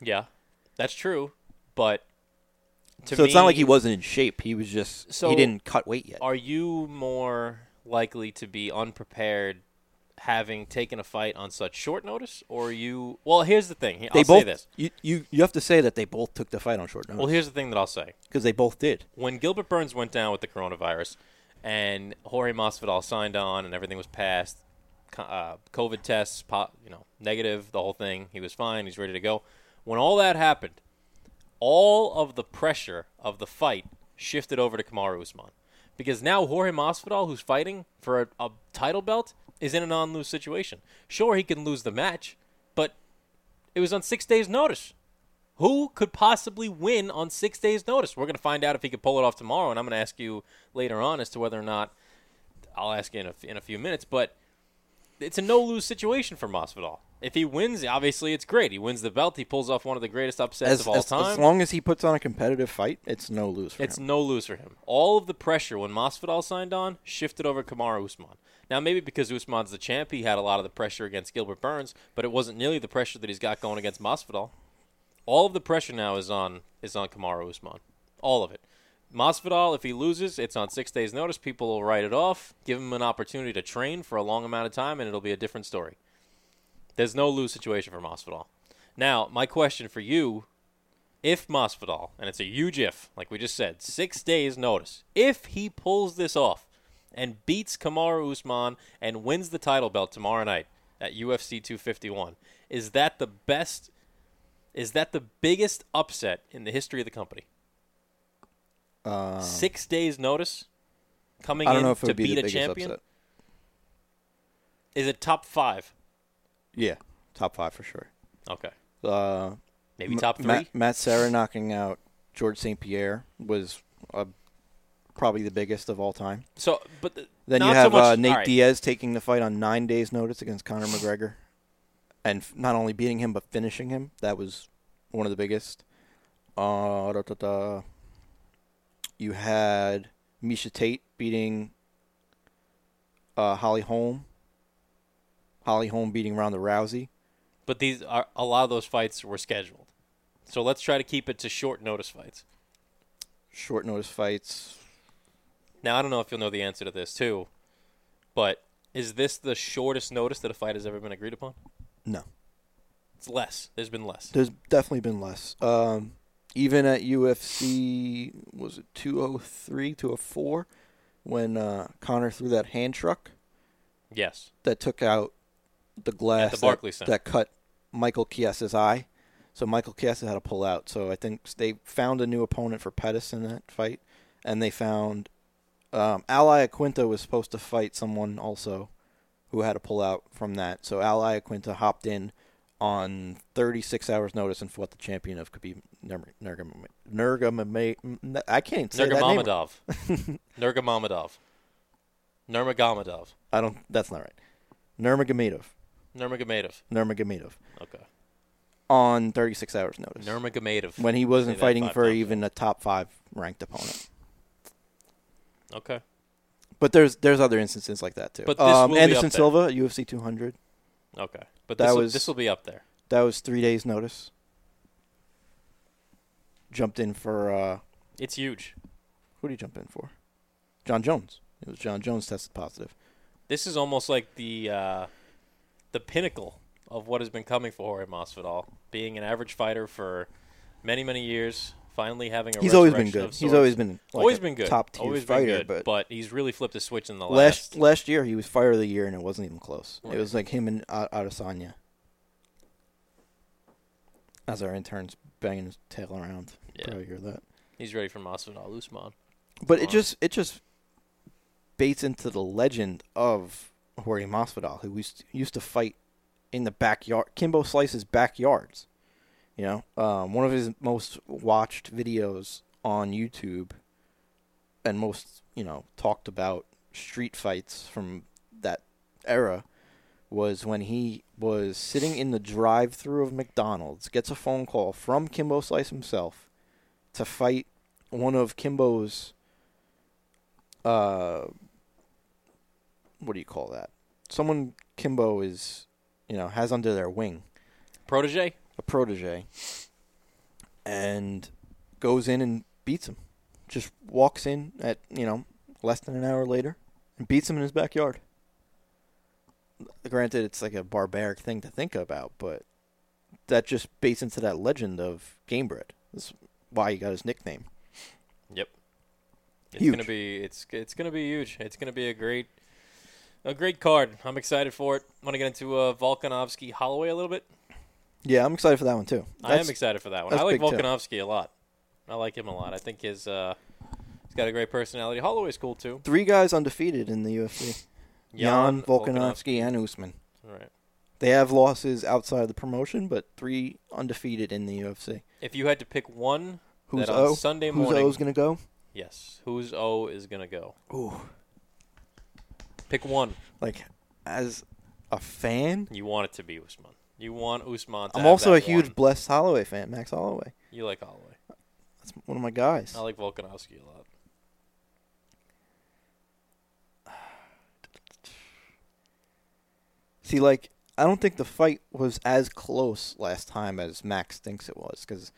S2: Yeah, that's true. But to
S1: so it's not like
S2: me-
S1: he wasn't in shape. He was just
S2: So-
S1: he didn't cut weight yet.
S2: Are you more likely to be unprepared having taken a fight on such short notice, or are you? Well, here's the thing.
S1: They
S2: I'll
S1: both
S2: say this.
S1: You, you you have to say that they both took the fight on short notice
S2: Well, here's the thing that I'll say.
S1: because they both did.
S2: when Gilbert Burns went down with the coronavirus, and Jorge Masvidal signed on, and everything was passed, co- uh, COVID tests, po you know, negative, the whole thing. He was fine. He's ready to go. When all that happened, all of the pressure of the fight shifted over to Kamaru Usman, because now Jorge Masvidal, who's fighting for a, a title belt, is in a non-lose situation. Sure, he can lose the match, but it was on six days' notice. Who could possibly win on six days' notice? We're going to find out if he could pull it off tomorrow, and I'm going to ask you later on as to whether or not. I'll ask you in a, in a few minutes, but it's a no-lose situation for Masvidal. If he wins, obviously it's great. He wins the belt. He pulls off one of the greatest upsets
S1: As,
S2: of all
S1: as,
S2: time.
S1: as long as he puts on a competitive fight, it's no lose for
S2: It's
S1: him.
S2: no lose for him. All of the pressure when Masvidal signed on shifted over Kamara Usman. Now maybe because Usman's the champ, he had a lot of the pressure against Gilbert Burns, but it wasn't nearly the pressure that he's got going against Masvidal. All of the pressure now is on is on Kamara Usman. All of it. Masvidal, if he loses, it's on six days' notice. People will write it off, give him an opportunity to train for a long amount of time, and it'll be a different story. There's no lose situation for Masvidal. Now, my question for you if Masvidal, and it's a huge if, like we just said, six days notice, if he pulls this off and beats Kamaru Usman and wins the title belt tomorrow night at UFC 251, is that the best? Is that the biggest upset in the history of the company? six days notice, coming
S1: Um, I don't
S2: in
S1: know if it
S2: to
S1: would be the
S2: beat a
S1: biggest
S2: champion.
S1: upset.
S2: Is it top five?
S1: Yeah, top five for sure.
S2: Okay,
S1: Uh,
S2: maybe
S1: M-
S2: top three.
S1: Matt, Matt Serra knocking out George St. Pierre was uh, probably the biggest of all time.
S2: so, but the,
S1: Then
S2: not
S1: you
S2: so
S1: have
S2: much-
S1: uh,
S2: all
S1: Nate
S2: right.
S1: Diaz taking the fight on nine days' notice against Conor McGregor, and f- not only beating him but finishing him. That was one of the biggest. Uh, da, da, da. You had Misha Tate beating uh, Holly Holm. Holly Holm beating Ronda Rousey.
S2: but these are a lot of those fights were scheduled. So let's try to keep it to short notice fights.
S1: Short notice fights.
S2: Now I don't know if you'll know the answer to this too, but is this the shortest notice that a fight has ever been agreed upon?
S1: No.
S2: It's less. There's been less.
S1: There's definitely been less. Um, even at UFC, was it 203, 204, when uh, Connor threw that hand truck
S2: Yes.
S1: that took out the glass that-
S2: Barclays
S1: that,
S2: Center.
S1: cut Michael Chiesa's eye. So Michael Chiesa had to pull out. So I think they found a new opponent for Pettis in that fight, and they found um, Ally Aquinta was supposed to fight someone also who had to pull out from that. So Ally Aquinta hopped in on 36 hours notice and fought the champion of Khabib Nurm- Nurmagomedov. Nurmagomedov- I can't even say that name.
S2: Nurmagomedov. Nurmagomedov. Nurmagomedov.
S1: I don't. That's not right. Nurmagomedov.
S2: Nurmagomedov.
S1: Nurmagomedov.
S2: Okay.
S1: on 36 hours notice
S2: Nurmagomedov.
S1: when he wasn't
S2: Say that
S1: fighting
S2: five
S1: for
S2: times.
S1: even a top five ranked opponent.
S2: Okay.
S1: But there's there's other instances like that too.
S2: But this
S1: um,
S2: will be
S1: Anderson
S2: up there.
S1: Silva, UFC 200,
S2: Okay. But
S1: That
S2: this will,
S1: was-
S2: this will be up there.
S1: that was three days notice. Jumped in for uh,
S2: It's huge.
S1: who did he jump in for? John Jones. It was John Jones tested positive.
S2: This is almost like the uh, the pinnacle of what has been coming for Jorge Masvidal, being an average fighter for many many years, finally having a
S1: He's always been
S2: resurrection
S1: good.
S2: of
S1: He's
S2: sorts.
S1: always been like
S2: always
S1: a
S2: been good,
S1: top tier
S2: always
S1: fighter.
S2: been good,
S1: but
S2: he's really flipped a switch in the
S1: last
S2: last.
S1: last year he was fighter of the year and it wasn't even close.
S2: Right.
S1: It was like him and A- Adesanya. As our interns banging his tail around,
S2: Yeah.
S1: probably hear that.
S2: he's ready for Masvidal Usman.
S1: But
S2: Wow.
S1: it just it just baits into the legend of Jorge Masvidal, who used used to fight in the backyard, Kimbo Slice's backyards. You know, um, one of his most watched videos on YouTube, and most you know talked about street fights from that era was when he was sitting in the drive-through of McDonald's, gets a phone call from Kimbo Slice himself to fight one of Kimbo's uh what do you call that? Someone Kimbo is, you know, has under their wing
S2: Protege.
S1: a protege and goes in and beats him. Just walks in at, you know, less than an hour later and beats him in his backyard. Granted, it's like a barbaric thing to think about, but that just baits into that legend of game bread. That's why he got his nickname.
S2: Yep. It's
S1: Huge.
S2: gonna be it's it's gonna be huge. It's gonna be a great a great card. I'm excited for it. Want to get into uh, Volkanovski Holloway a little bit.
S1: Yeah, I'm excited for that one too.
S2: I am
S1: That's-
S2: excited for that one.
S1: that's
S2: I like
S1: big, too.
S2: Volkanovski a lot. I like him a lot. I think his uh, he's got a great personality. Holloway's cool too.
S1: Three guys undefeated in the UFC. Jan, Volkanovski, and Usman.
S2: All right.
S1: They have losses outside of the promotion, but three undefeated in the UFC.
S2: If you had to pick one,
S1: Who's
S2: that on
S1: O?
S2: Sunday
S1: Who's
S2: morning.
S1: O's gonna go?
S2: yes, who's O is gonna go?
S1: Ooh,
S2: Pick one.
S1: like as a fan,
S2: You want it to be Usman. You want Usman. To
S1: I'm
S2: have
S1: also
S2: that
S1: a huge
S2: one.
S1: blessed Holloway fan. Max Holloway,
S2: You like Holloway.
S1: that's one of my guys.
S2: I like Volkanovski a lot.
S1: See, like I don't think the fight was as close last time as Max thinks it was because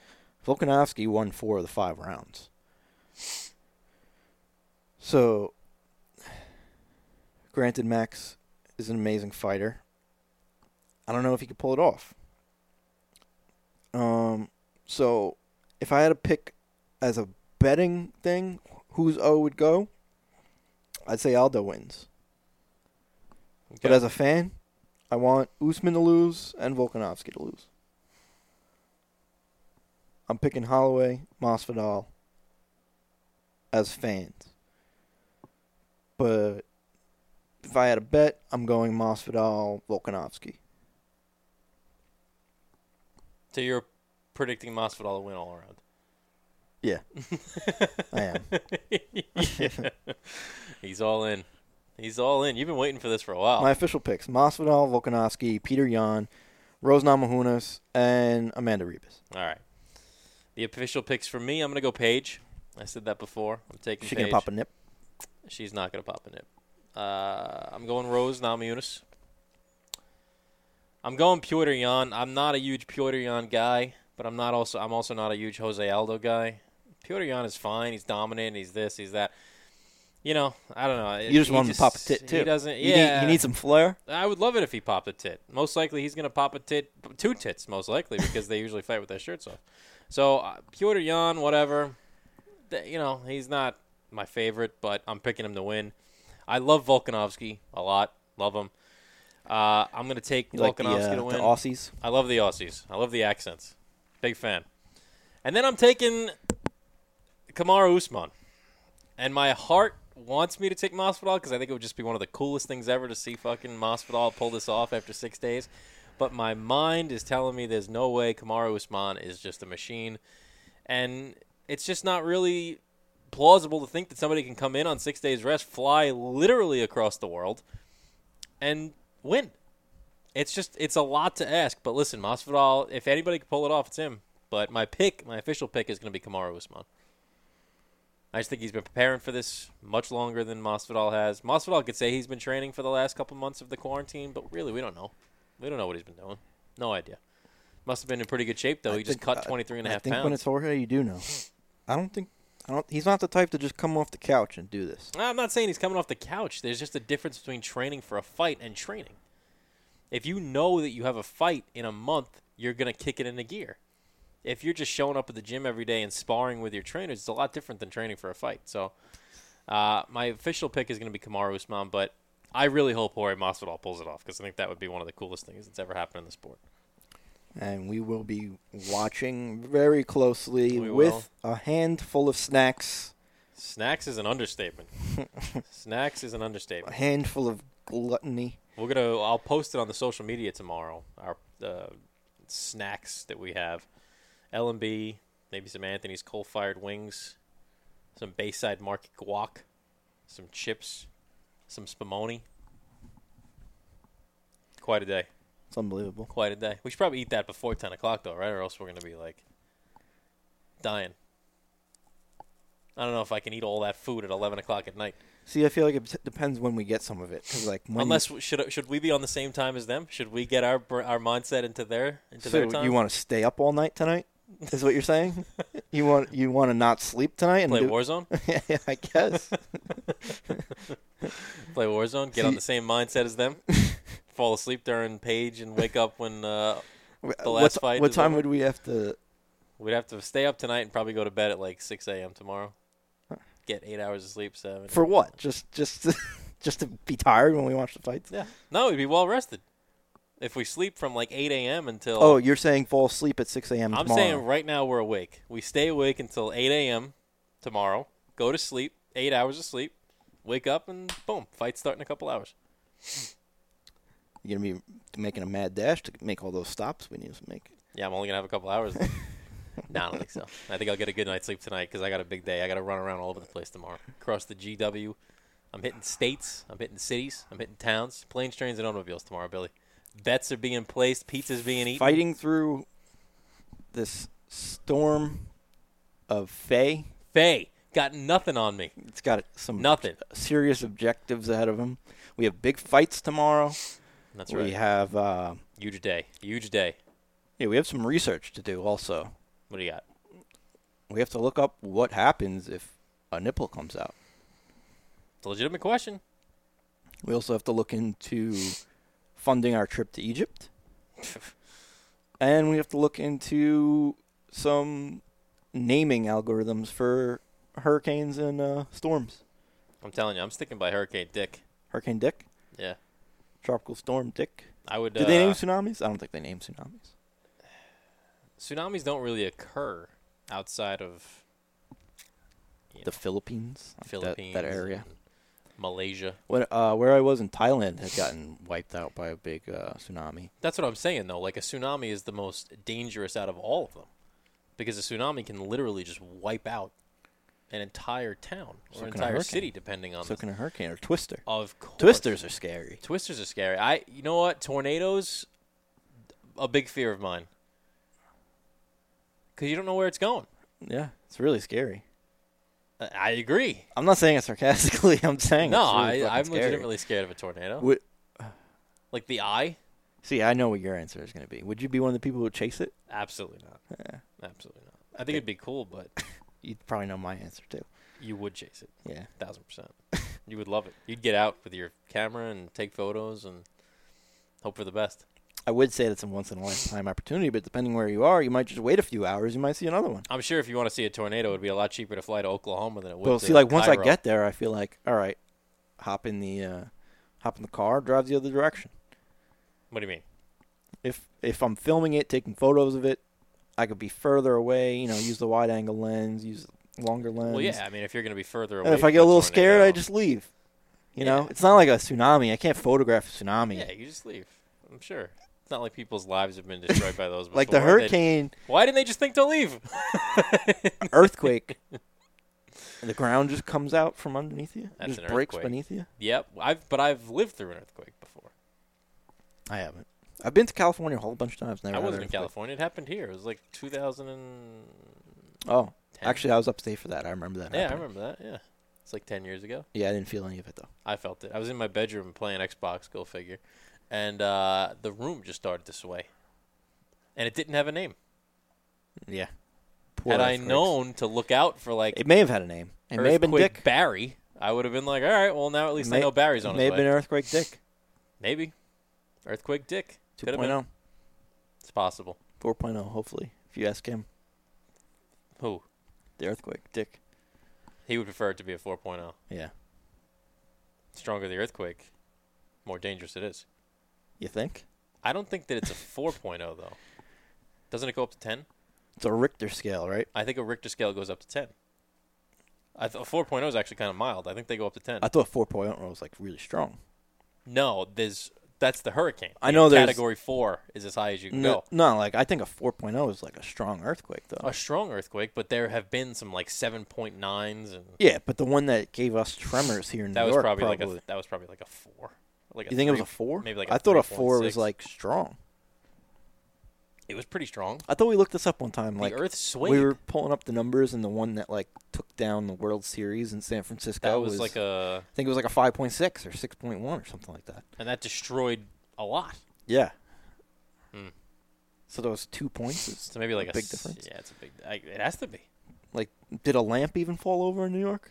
S1: Volkanovski won four of the five rounds. So, granted, Max is an amazing fighter. I don't know if he could pull it off. Um, so if I had to pick as a betting thing, whose O would go, I'd say Aldo wins. But
S2: Okay.
S1: as a fan, I want Usman to lose and Volkanovski to lose. I'm picking Holloway, Masvidal as fans. But if I had a bet, I'm going Masvidal, Volkanovski.
S2: so you're predicting Masvidal to win all around.
S1: Yeah. I am.
S2: He's all in. He's all in. You've been waiting for this for a while.
S1: My official picks Masvidal, Volkanovski, Peter Yan, Rose Namajunas, and Amanda Rebus.
S2: all right. The official picks for me, I'm gonna go Paige. I said that before. I'm taking.
S1: She can
S2: Paige.
S1: pop a nip.
S2: She's not gonna pop a nip. Uh, I'm going Rose Namajunas. I'm going Piotr Jan. I'm not a huge Piotr Jan guy, but I'm not also I'm also not a huge Jose Aldo guy. Piotr Jan is fine. He's dominant. He's this. He's that. You know, I don't know.
S1: You just
S2: He
S1: want him to pop a tit, too.
S2: He doesn't.
S1: You need-
S2: yeah,
S1: you need some flair?
S2: I would love it if he popped a tit. Most likely, he's going to pop a tit, two tits, most likely, because they usually fight with their shirts off. So, uh, Piotr Jan, whatever. Th- you know, he's not my favorite, but I'm picking him to win. I love Volkanovski a lot. Love him. Uh, I'm going to take
S1: You
S2: Volkanovski
S1: like the, uh,
S2: to
S1: the
S2: win.
S1: Aussies?
S2: I love the Aussies. I love the accents. Big fan. And then I'm taking Kamara Usman. And my heart wants me to take Masvidal because I think it would just be one of the coolest things ever to see fucking Masvidal pull this off after six days. But my mind is telling me there's no way Kamara Usman is just a machine. And it's just not really plausible to think that somebody can come in on six days rest, fly literally across the world, and win. It's just it's a lot to ask, but listen, Masvidal, if anybody can pull it off, it's him. But my pick, my official pick, is going to be Kamaru Usman. I just think he's been preparing for this much longer than Masvidal has. Masvidal could say he's been training for the last couple months of the quarantine, but really, we don't know. We don't know what he's been doing. No idea. Must have been in pretty good shape though.
S1: I
S2: he just
S1: think- uh,
S2: cut 23 and a
S1: I
S2: half
S1: think
S2: pounds.
S1: when it's Jorge, you do know. I don't think I don't. He's not the type to just come off the couch and do this.
S2: I'm not saying he's coming off the couch. There's just a difference between training for a fight and training. If you know that you have a fight in a month, you're going to kick it into gear. If you're just showing up at the gym every day and sparring with your trainers, it's a lot different than training for a fight. So, uh, my official pick is going to be Kamaru Usman, but I really hope Jorge Masvidal pulls it off because I think that would be one of the coolest things that's ever happened in the sport.
S1: And we will be watching very closely
S2: We
S1: with
S2: will.
S1: a handful of snacks,
S2: Snacks is an understatement. Snacks is an understatement.
S1: a handful of gluttony.
S2: We're gonna. I'll post it on the social media tomorrow. Our uh, snacks that we have, L and B, maybe some Anthony's coal-fired wings, some Bayside Market guac, some chips, some spumoni. quite a day.
S1: It's unbelievable.
S2: Quite a day. We should probably eat that before 10 o'clock, though, right? Or else we're going to be like dying. I don't know if I can eat all that food at 11 o'clock at night.
S1: See, I feel like it depends when we get some of it. 'cause, like, when
S2: Unless should should we be on the same time as them? Should we get our br- our mindset into their into
S1: you,
S2: their
S1: so
S2: time?
S1: you want to stay up all night tonight, is what you're saying? you want you want to not sleep tonight and
S2: play
S1: do-
S2: Warzone?
S1: yeah, I guess.
S2: Play Warzone. Get on
S1: See-
S2: the same mindset as them. Fall asleep during Page and wake up when uh,
S1: the
S2: last
S1: what,
S2: fight
S1: What
S2: is
S1: time
S2: over.
S1: would we have to?
S2: we'd have to stay up tonight and probably go to bed at like 6 a.m. tomorrow. Get eight hours of sleep. Seven.
S1: For what? Just just to, just to be tired when we watch the fights?
S2: yeah. No, we'd be well rested. If we sleep from like 8 a.m. until
S1: Oh, you're saying fall asleep at 6 a.m.
S2: I'm
S1: tomorrow.
S2: saying right now we're awake. We stay awake until 8 a.m. tomorrow. Go to sleep. Eight hours of sleep. Wake up and boom, fight start in a couple hours.
S1: you're gonna be making a mad dash to make all those stops we need to make.
S2: Yeah, I'm only gonna have a couple hours. left. no, I don't think so. I think I'll get a good night's sleep tonight because I got a big day. I got to run around all over the place tomorrow. Across the GW, I'm hitting states. I'm hitting cities. I'm hitting towns. Planes, trains, and automobiles tomorrow, Billy. Bets are being placed. Pizza's being eaten.
S1: Fighting through this storm of Faye.
S2: Faye got nothing on me.
S1: It's got some
S2: Nothing.
S1: serious objectives ahead of him. We have big fights tomorrow.
S2: That's
S1: we
S2: right.
S1: have uh,
S2: Huge day. Huge day.
S1: yeah, we have some research to do also.
S2: What do you got?
S1: We have to look up what happens if a nipple comes out.
S2: It's a legitimate question.
S1: We also have to look into funding our trip to Egypt. and we have to look into some naming algorithms for hurricanes and uh, storms.
S2: I'm telling you, I'm sticking by Hurricane Dick.
S1: Hurricane Dick,
S2: Yeah,
S1: Tropical Storm Dick.
S2: I would.
S1: Did
S2: uh,
S1: they name tsunamis? I don't think they named tsunamis.
S2: tsunamis? Don't really occur outside of
S1: The Philippines, like that-
S2: Philippines,
S1: that, area.
S2: and Malaysia.
S1: When, uh, where I was in Thailand had gotten wiped out by a big uh, tsunami.
S2: That's what I'm saying, though. Like a tsunami is the most dangerous out of all of them, because a tsunami can literally just wipe out an entire town
S1: So
S2: or an
S1: can a
S2: entire
S1: hurricane.
S2: city, depending on
S1: So
S2: the. Oh,
S1: can a hurricane or twister.
S2: Of course,
S1: Twisters are scary.
S2: Twisters are scary. I, you know what? Tornadoes, a big fear of mine. Because you don't know where it's going.
S1: Yeah, it's really scary.
S2: I- I agree.
S1: I'm not saying it sarcastically. I'm saying
S2: No,
S1: it's really fucking
S2: I, I'm
S1: scary.
S2: legitimately scared of a tornado.
S1: Would-
S2: like the eye?
S1: see, I know what your answer is going to be. Would you be one of the people who chase it?
S2: Absolutely not. Absolutely not. I think it'd be cool, but
S1: You'd probably know my answer too.
S2: you would chase it,
S1: Yeah,
S2: thousand percent. You would love it. You'd get out with your camera and take photos and hope for the best.
S1: I would say that's a once in a lifetime opportunity, but depending where you are, you might just wait a few hours. You might see another one.
S2: I'm sure if you want to see a tornado, it'd be a lot cheaper to fly to Oklahoma than it would.
S1: Well,
S2: to
S1: see, like once I
S2: Cairo.
S1: get there, I feel like all right, hop in the uh, hop in the car, drive the other direction.
S2: What do you mean?
S1: If if I'm filming it, taking photos of it, I could be further away. You know, use the wide angle lens, use longer lens.
S2: Well, yeah. I mean, if you're going to be further away,
S1: And if I
S2: from
S1: get a little
S2: tornado-
S1: scared, I just leave. You know,
S2: Yeah.
S1: it's not like a tsunami. I can't photograph a tsunami.
S2: yeah, you just leave. I'm sure. It's not like people's lives have been destroyed by those. Before.
S1: like the
S2: They-
S1: hurricane,
S2: Why didn't they just think to leave?
S1: earthquake, and the ground just comes out from underneath you.
S2: That's
S1: just
S2: an
S1: breaks
S2: earthquake.
S1: beneath you.
S2: Yep, I've but I've lived through an earthquake before.
S1: I haven't. I've been to California a whole bunch of times. Never
S2: I
S1: had
S2: wasn't in
S1: an earthquake.
S2: California. It happened here. It was like 2010.
S1: Oh, actually, I was upstate for that. I remember that.
S2: yeah, I
S1: happening.
S2: remember that. Yeah, it's like 10 years ago.
S1: Yeah, I didn't feel any of it though.
S2: I felt it. I was in my bedroom playing Xbox. Go figure. And uh, the room just started to sway, and it didn't have a name.
S1: Yeah. Poor
S2: Had I
S1: earthquakes.
S2: known to look out for like
S1: it may have had a name. It may have been
S2: earthquake
S1: Dick.
S2: Barry, I would have been like, all right, well now at least I
S1: May-
S2: know Barry's on
S1: It may
S2: his
S1: have
S2: way.
S1: been earthquake Dick.
S2: Maybe earthquake Dick. Could have been.
S1: 2.0,
S2: It's possible.
S1: 4.0, oh, Hopefully, if you ask him,
S2: Who?
S1: the earthquake Dick.
S2: He would prefer it to be a 4.0.
S1: Yeah.
S2: Stronger the earthquake, more dangerous it is.
S1: You think?
S2: I don't think that it's a 4.0 though. Doesn't it go up to 10?
S1: It's a Richter scale, right?
S2: I think a Richter scale goes up to 10. I th- 4.0 is actually kind of mild. I think they go up to 10.
S1: I thought 4.0 was like really strong.
S2: no, there's that's the hurricane.
S1: I know there's-
S2: category 4 is as high as you can
S1: No,
S2: go.
S1: no, like I think a 4.0 is like a strong earthquake though.
S2: A strong earthquake, but there have been some like 7.9s and
S1: yeah, but the one that gave us tremors here in
S2: that
S1: New
S2: was
S1: York
S2: probably,
S1: probably,
S2: like a that was probably like a 4 Like a
S1: You think it was
S2: three-
S1: a four?
S2: Maybe like
S1: I
S2: a
S1: thought a
S2: 3.6.
S1: four was like strong.
S2: it was pretty strong.
S1: I thought we looked this up one time. Like
S2: the Earth swayed.
S1: we were pulling up the numbers, and the one that like took down the World Series in San Francisco
S2: that was, like a,
S1: I think it was like a five point six or six point one or something like that.
S2: and that destroyed a lot.
S1: Yeah.
S2: Hmm.
S1: So those two points. is-
S2: So maybe like a,
S1: big
S2: s-
S1: difference.
S2: Yeah, it's a big. I, it has to be.
S1: Like, did a lamp even fall over in New York?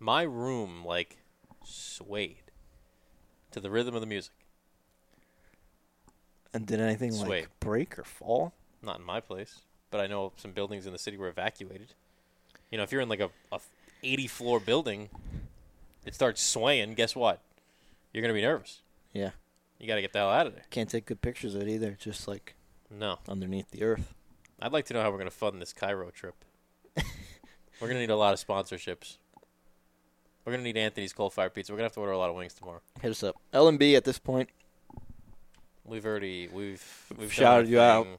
S2: My room like swayed to the rhythm of the music.
S1: And did anything
S2: Sway.
S1: like break or fall?
S2: Not in my place, but I know some buildings in the city were evacuated. You know, if you're in like a, a 80 floor building, it starts swaying. Guess what? You're gonna be nervous.
S1: Yeah.
S2: You got to get the hell out of there.
S1: Can't take good pictures of it either. It's Just like
S2: No,
S1: underneath the earth.
S2: I'd like to know how we're gonna fund this Cairo trip. we're gonna need a lot of sponsorships. We're gonna need Anthony's Cold Fire Pizza. We're gonna have to order a lot of wings tomorrow.
S1: Hit us up. L and B at this point
S2: We've already we've we've done
S1: Shouted
S2: our
S1: you out.
S2: thing.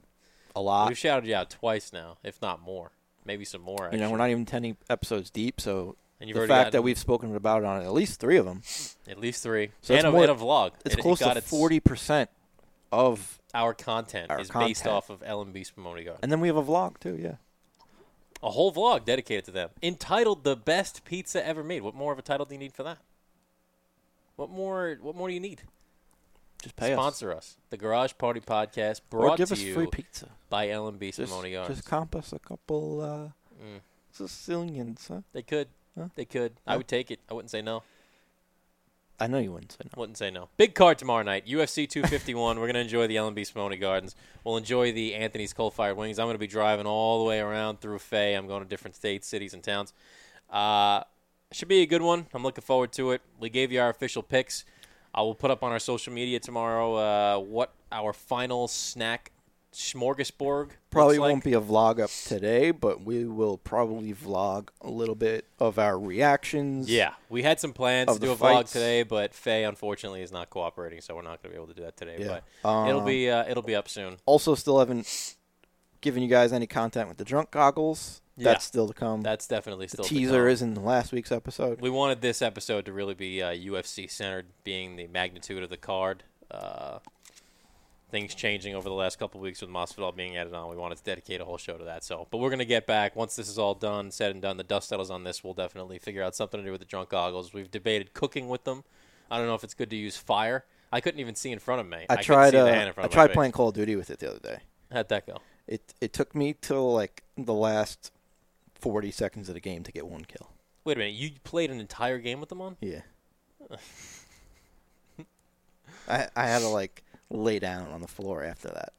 S1: a lot.
S2: We've shouted you out twice now, if not more. Maybe some more.
S1: you
S2: Actually.
S1: know, we're not even ten e-, episodes deep, so the
S2: and you've
S1: fact
S2: already
S1: that
S2: gotten
S1: we've spoken about it on at least three of them,
S2: at least three
S1: So
S2: and,
S1: it's
S2: a,
S1: more-
S2: and a vlog.
S1: it's
S2: It- it
S1: close
S2: got
S1: to
S2: its-
S1: forty percent of,
S2: Our content
S1: Our
S2: is based
S1: content.
S2: off of LMB Spumoni Garden.
S1: and then we have a vlog too. Yeah,
S2: A whole vlog dedicated to them, entitled "The Best Pizza Ever Made." What more of a title do you need for that? What more? What more do you need?
S1: just pay
S2: Sponsor us. The Garage Party Podcast,
S1: us
S2: brought
S1: or give
S2: to
S1: us
S2: you
S1: free pizza.
S2: by LMB
S1: Just,
S2: Spumoni Gardens.
S1: just comp us a couple uh,
S2: Mm.
S1: Sicilians. Huh?
S2: They could.
S1: Huh?
S2: They could. I
S1: Yeah.
S2: would take it. I wouldn't say no.
S1: I know you wouldn't say no.
S2: Wouldn't say no. Big card tomorrow night. UFC 251. We're going to enjoy the LNB Simone Gardens. We'll enjoy the Anthony's Coal Fired Wings. I'm going to be driving all the way around through Fay. I'm going to different states, cities, and towns. Uh, should be a good one. I'm looking forward to it. We gave you our official picks. I will put up on our social media tomorrow uh, what our final snack smorgasbord
S1: Probably
S2: looks like.
S1: won't be a vlog up today, but we will probably vlog a little bit of our reactions.
S2: Yeah, we had some plans
S1: of
S2: to
S1: the
S2: do a
S1: fights.
S2: vlog today, but Faye unfortunately is not cooperating, so we're not going to be able to do that today.
S1: Yeah.
S2: But it'll
S1: Um,
S2: be uh, it'll be up soon.
S1: Also, still haven't given you guys any content with the drunk goggles.
S2: Yeah.
S1: That's still to come.
S2: That's definitely
S1: the
S2: still to
S1: teaser
S2: come.
S1: is in last week's episode.
S2: We wanted this episode to really be uh, UFC centered, being the magnitude of the card. Uh, things changing over the last couple weeks with Masvidal being added on. We wanted to dedicate a whole show to that. So, but we're gonna get back once this is all done, said and done. The dust settles on this. We'll definitely figure out something to do with the drunk goggles. We've debated cooking with them. I don't know if it's good to use fire. I couldn't even see in front of me.
S1: I,
S2: couldn't
S1: tried.
S2: See
S1: Uh,
S2: the hand in front
S1: I
S2: of my
S1: tried
S2: face.
S1: playing Call of Duty with it the other day.
S2: How'd that go?
S1: It it took me till like the last forty seconds of the game to get one kill.
S2: Wait a minute. You played an entire game with them on?
S1: Yeah. I I had to like lay down on the floor after that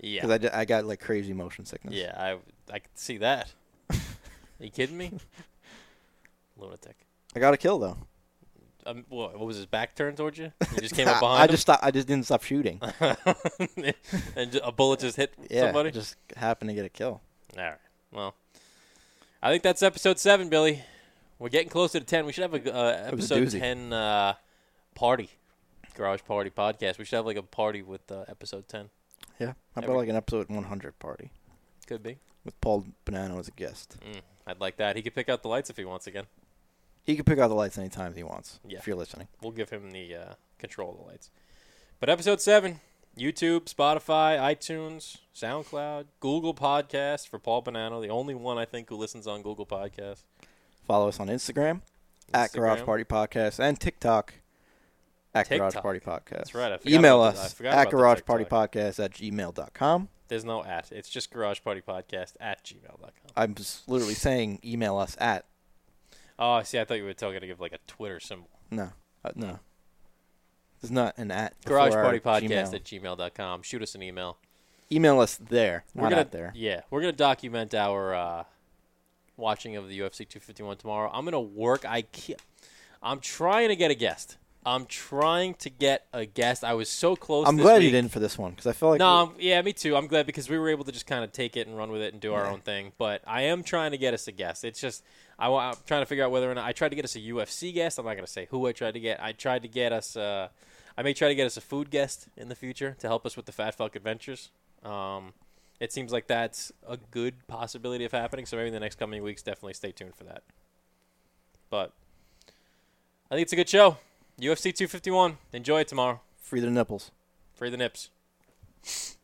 S2: Yeah.
S1: because I, di- I got like crazy motion sickness.
S2: Yeah, I I could see that. Are you kidding me? Lunatic.
S1: I got a kill though.
S2: Um, what, what was his back turned towards you? You just came up
S1: I, I
S2: behind
S1: just stopped, I just didn't stop shooting.
S2: him, and ju- a bullet just hit
S1: Yeah,
S2: somebody.
S1: just happened to get a kill.
S2: All right. Well, I think that's episode seven, Billy. We're getting closer to ten. We should have a uh,
S1: It was a
S2: episode
S1: doozy.
S2: ten uh, party, garage party podcast. We should have like a party with uh, episode ten.
S1: Yeah, how about
S2: Every-
S1: like an episode 100 party
S2: Could be.
S1: with Paul Bonanno as a guest?
S2: Mm, I'd like that. He could pick out the lights if he wants again.
S1: He can pick out the lights anytime he wants.
S2: Yeah.
S1: if you're listening.
S2: we'll give him the uh, control of the lights. But episode seven, YouTube, Spotify, iTunes, SoundCloud, Google Podcast for Paul Bonanno, the only one I think who listens on Google Podcast.
S1: Follow us on Instagram, at Garage
S2: Instagram.
S1: Party Podcast and TikTok at Garage
S2: TikTok.
S1: Party Podcast.
S2: That's right, I forgot
S1: Email
S2: about the- I
S1: us
S2: forgot
S1: at
S2: about the
S1: Garage Party Podcast at gmail.com.
S2: There's no at. It's just Garage Party Podcast at gmail.com.
S1: I'm just literally saying email us at.
S2: Oh, see, I thought you were talking to give like a Twitter symbol.
S1: No, uh, no. There's not an at. before
S2: Garage
S1: our
S2: Party Podcast
S1: Gmail.
S2: at gmail.com. Shoot us an email.
S1: Email us there,
S2: We're
S1: not
S2: gonna,
S1: at there.
S2: Yeah, we're gonna document our uh, watching of the UFC 251 tomorrow. I'm gonna work. I can't, I'm trying to get a guest. I'm trying to get a guest. I was so close.
S1: I'm
S2: this
S1: glad
S2: week.
S1: you didn't for this one because I feel like
S2: No, I'm- yeah, me too. I'm glad because we were able to just kind of take it and run with it and do our
S1: Yeah.
S2: own thing. But I am trying to get us a guest. It's just I, wa- I'm trying to figure out whether or not I tried to get us a UFC guest. I'm not going to say who I tried to get. I tried to get us. Uh, I may try to get us a food guest in the future to help us with the Fat Fuck Adventures. Um, it seems like that's a good possibility of happening. So maybe in the next coming weeks, definitely stay tuned for that. But I think it's a good show.
S1: UFC 251. Enjoy it tomorrow.
S2: Free the nipples.
S1: Free the nips.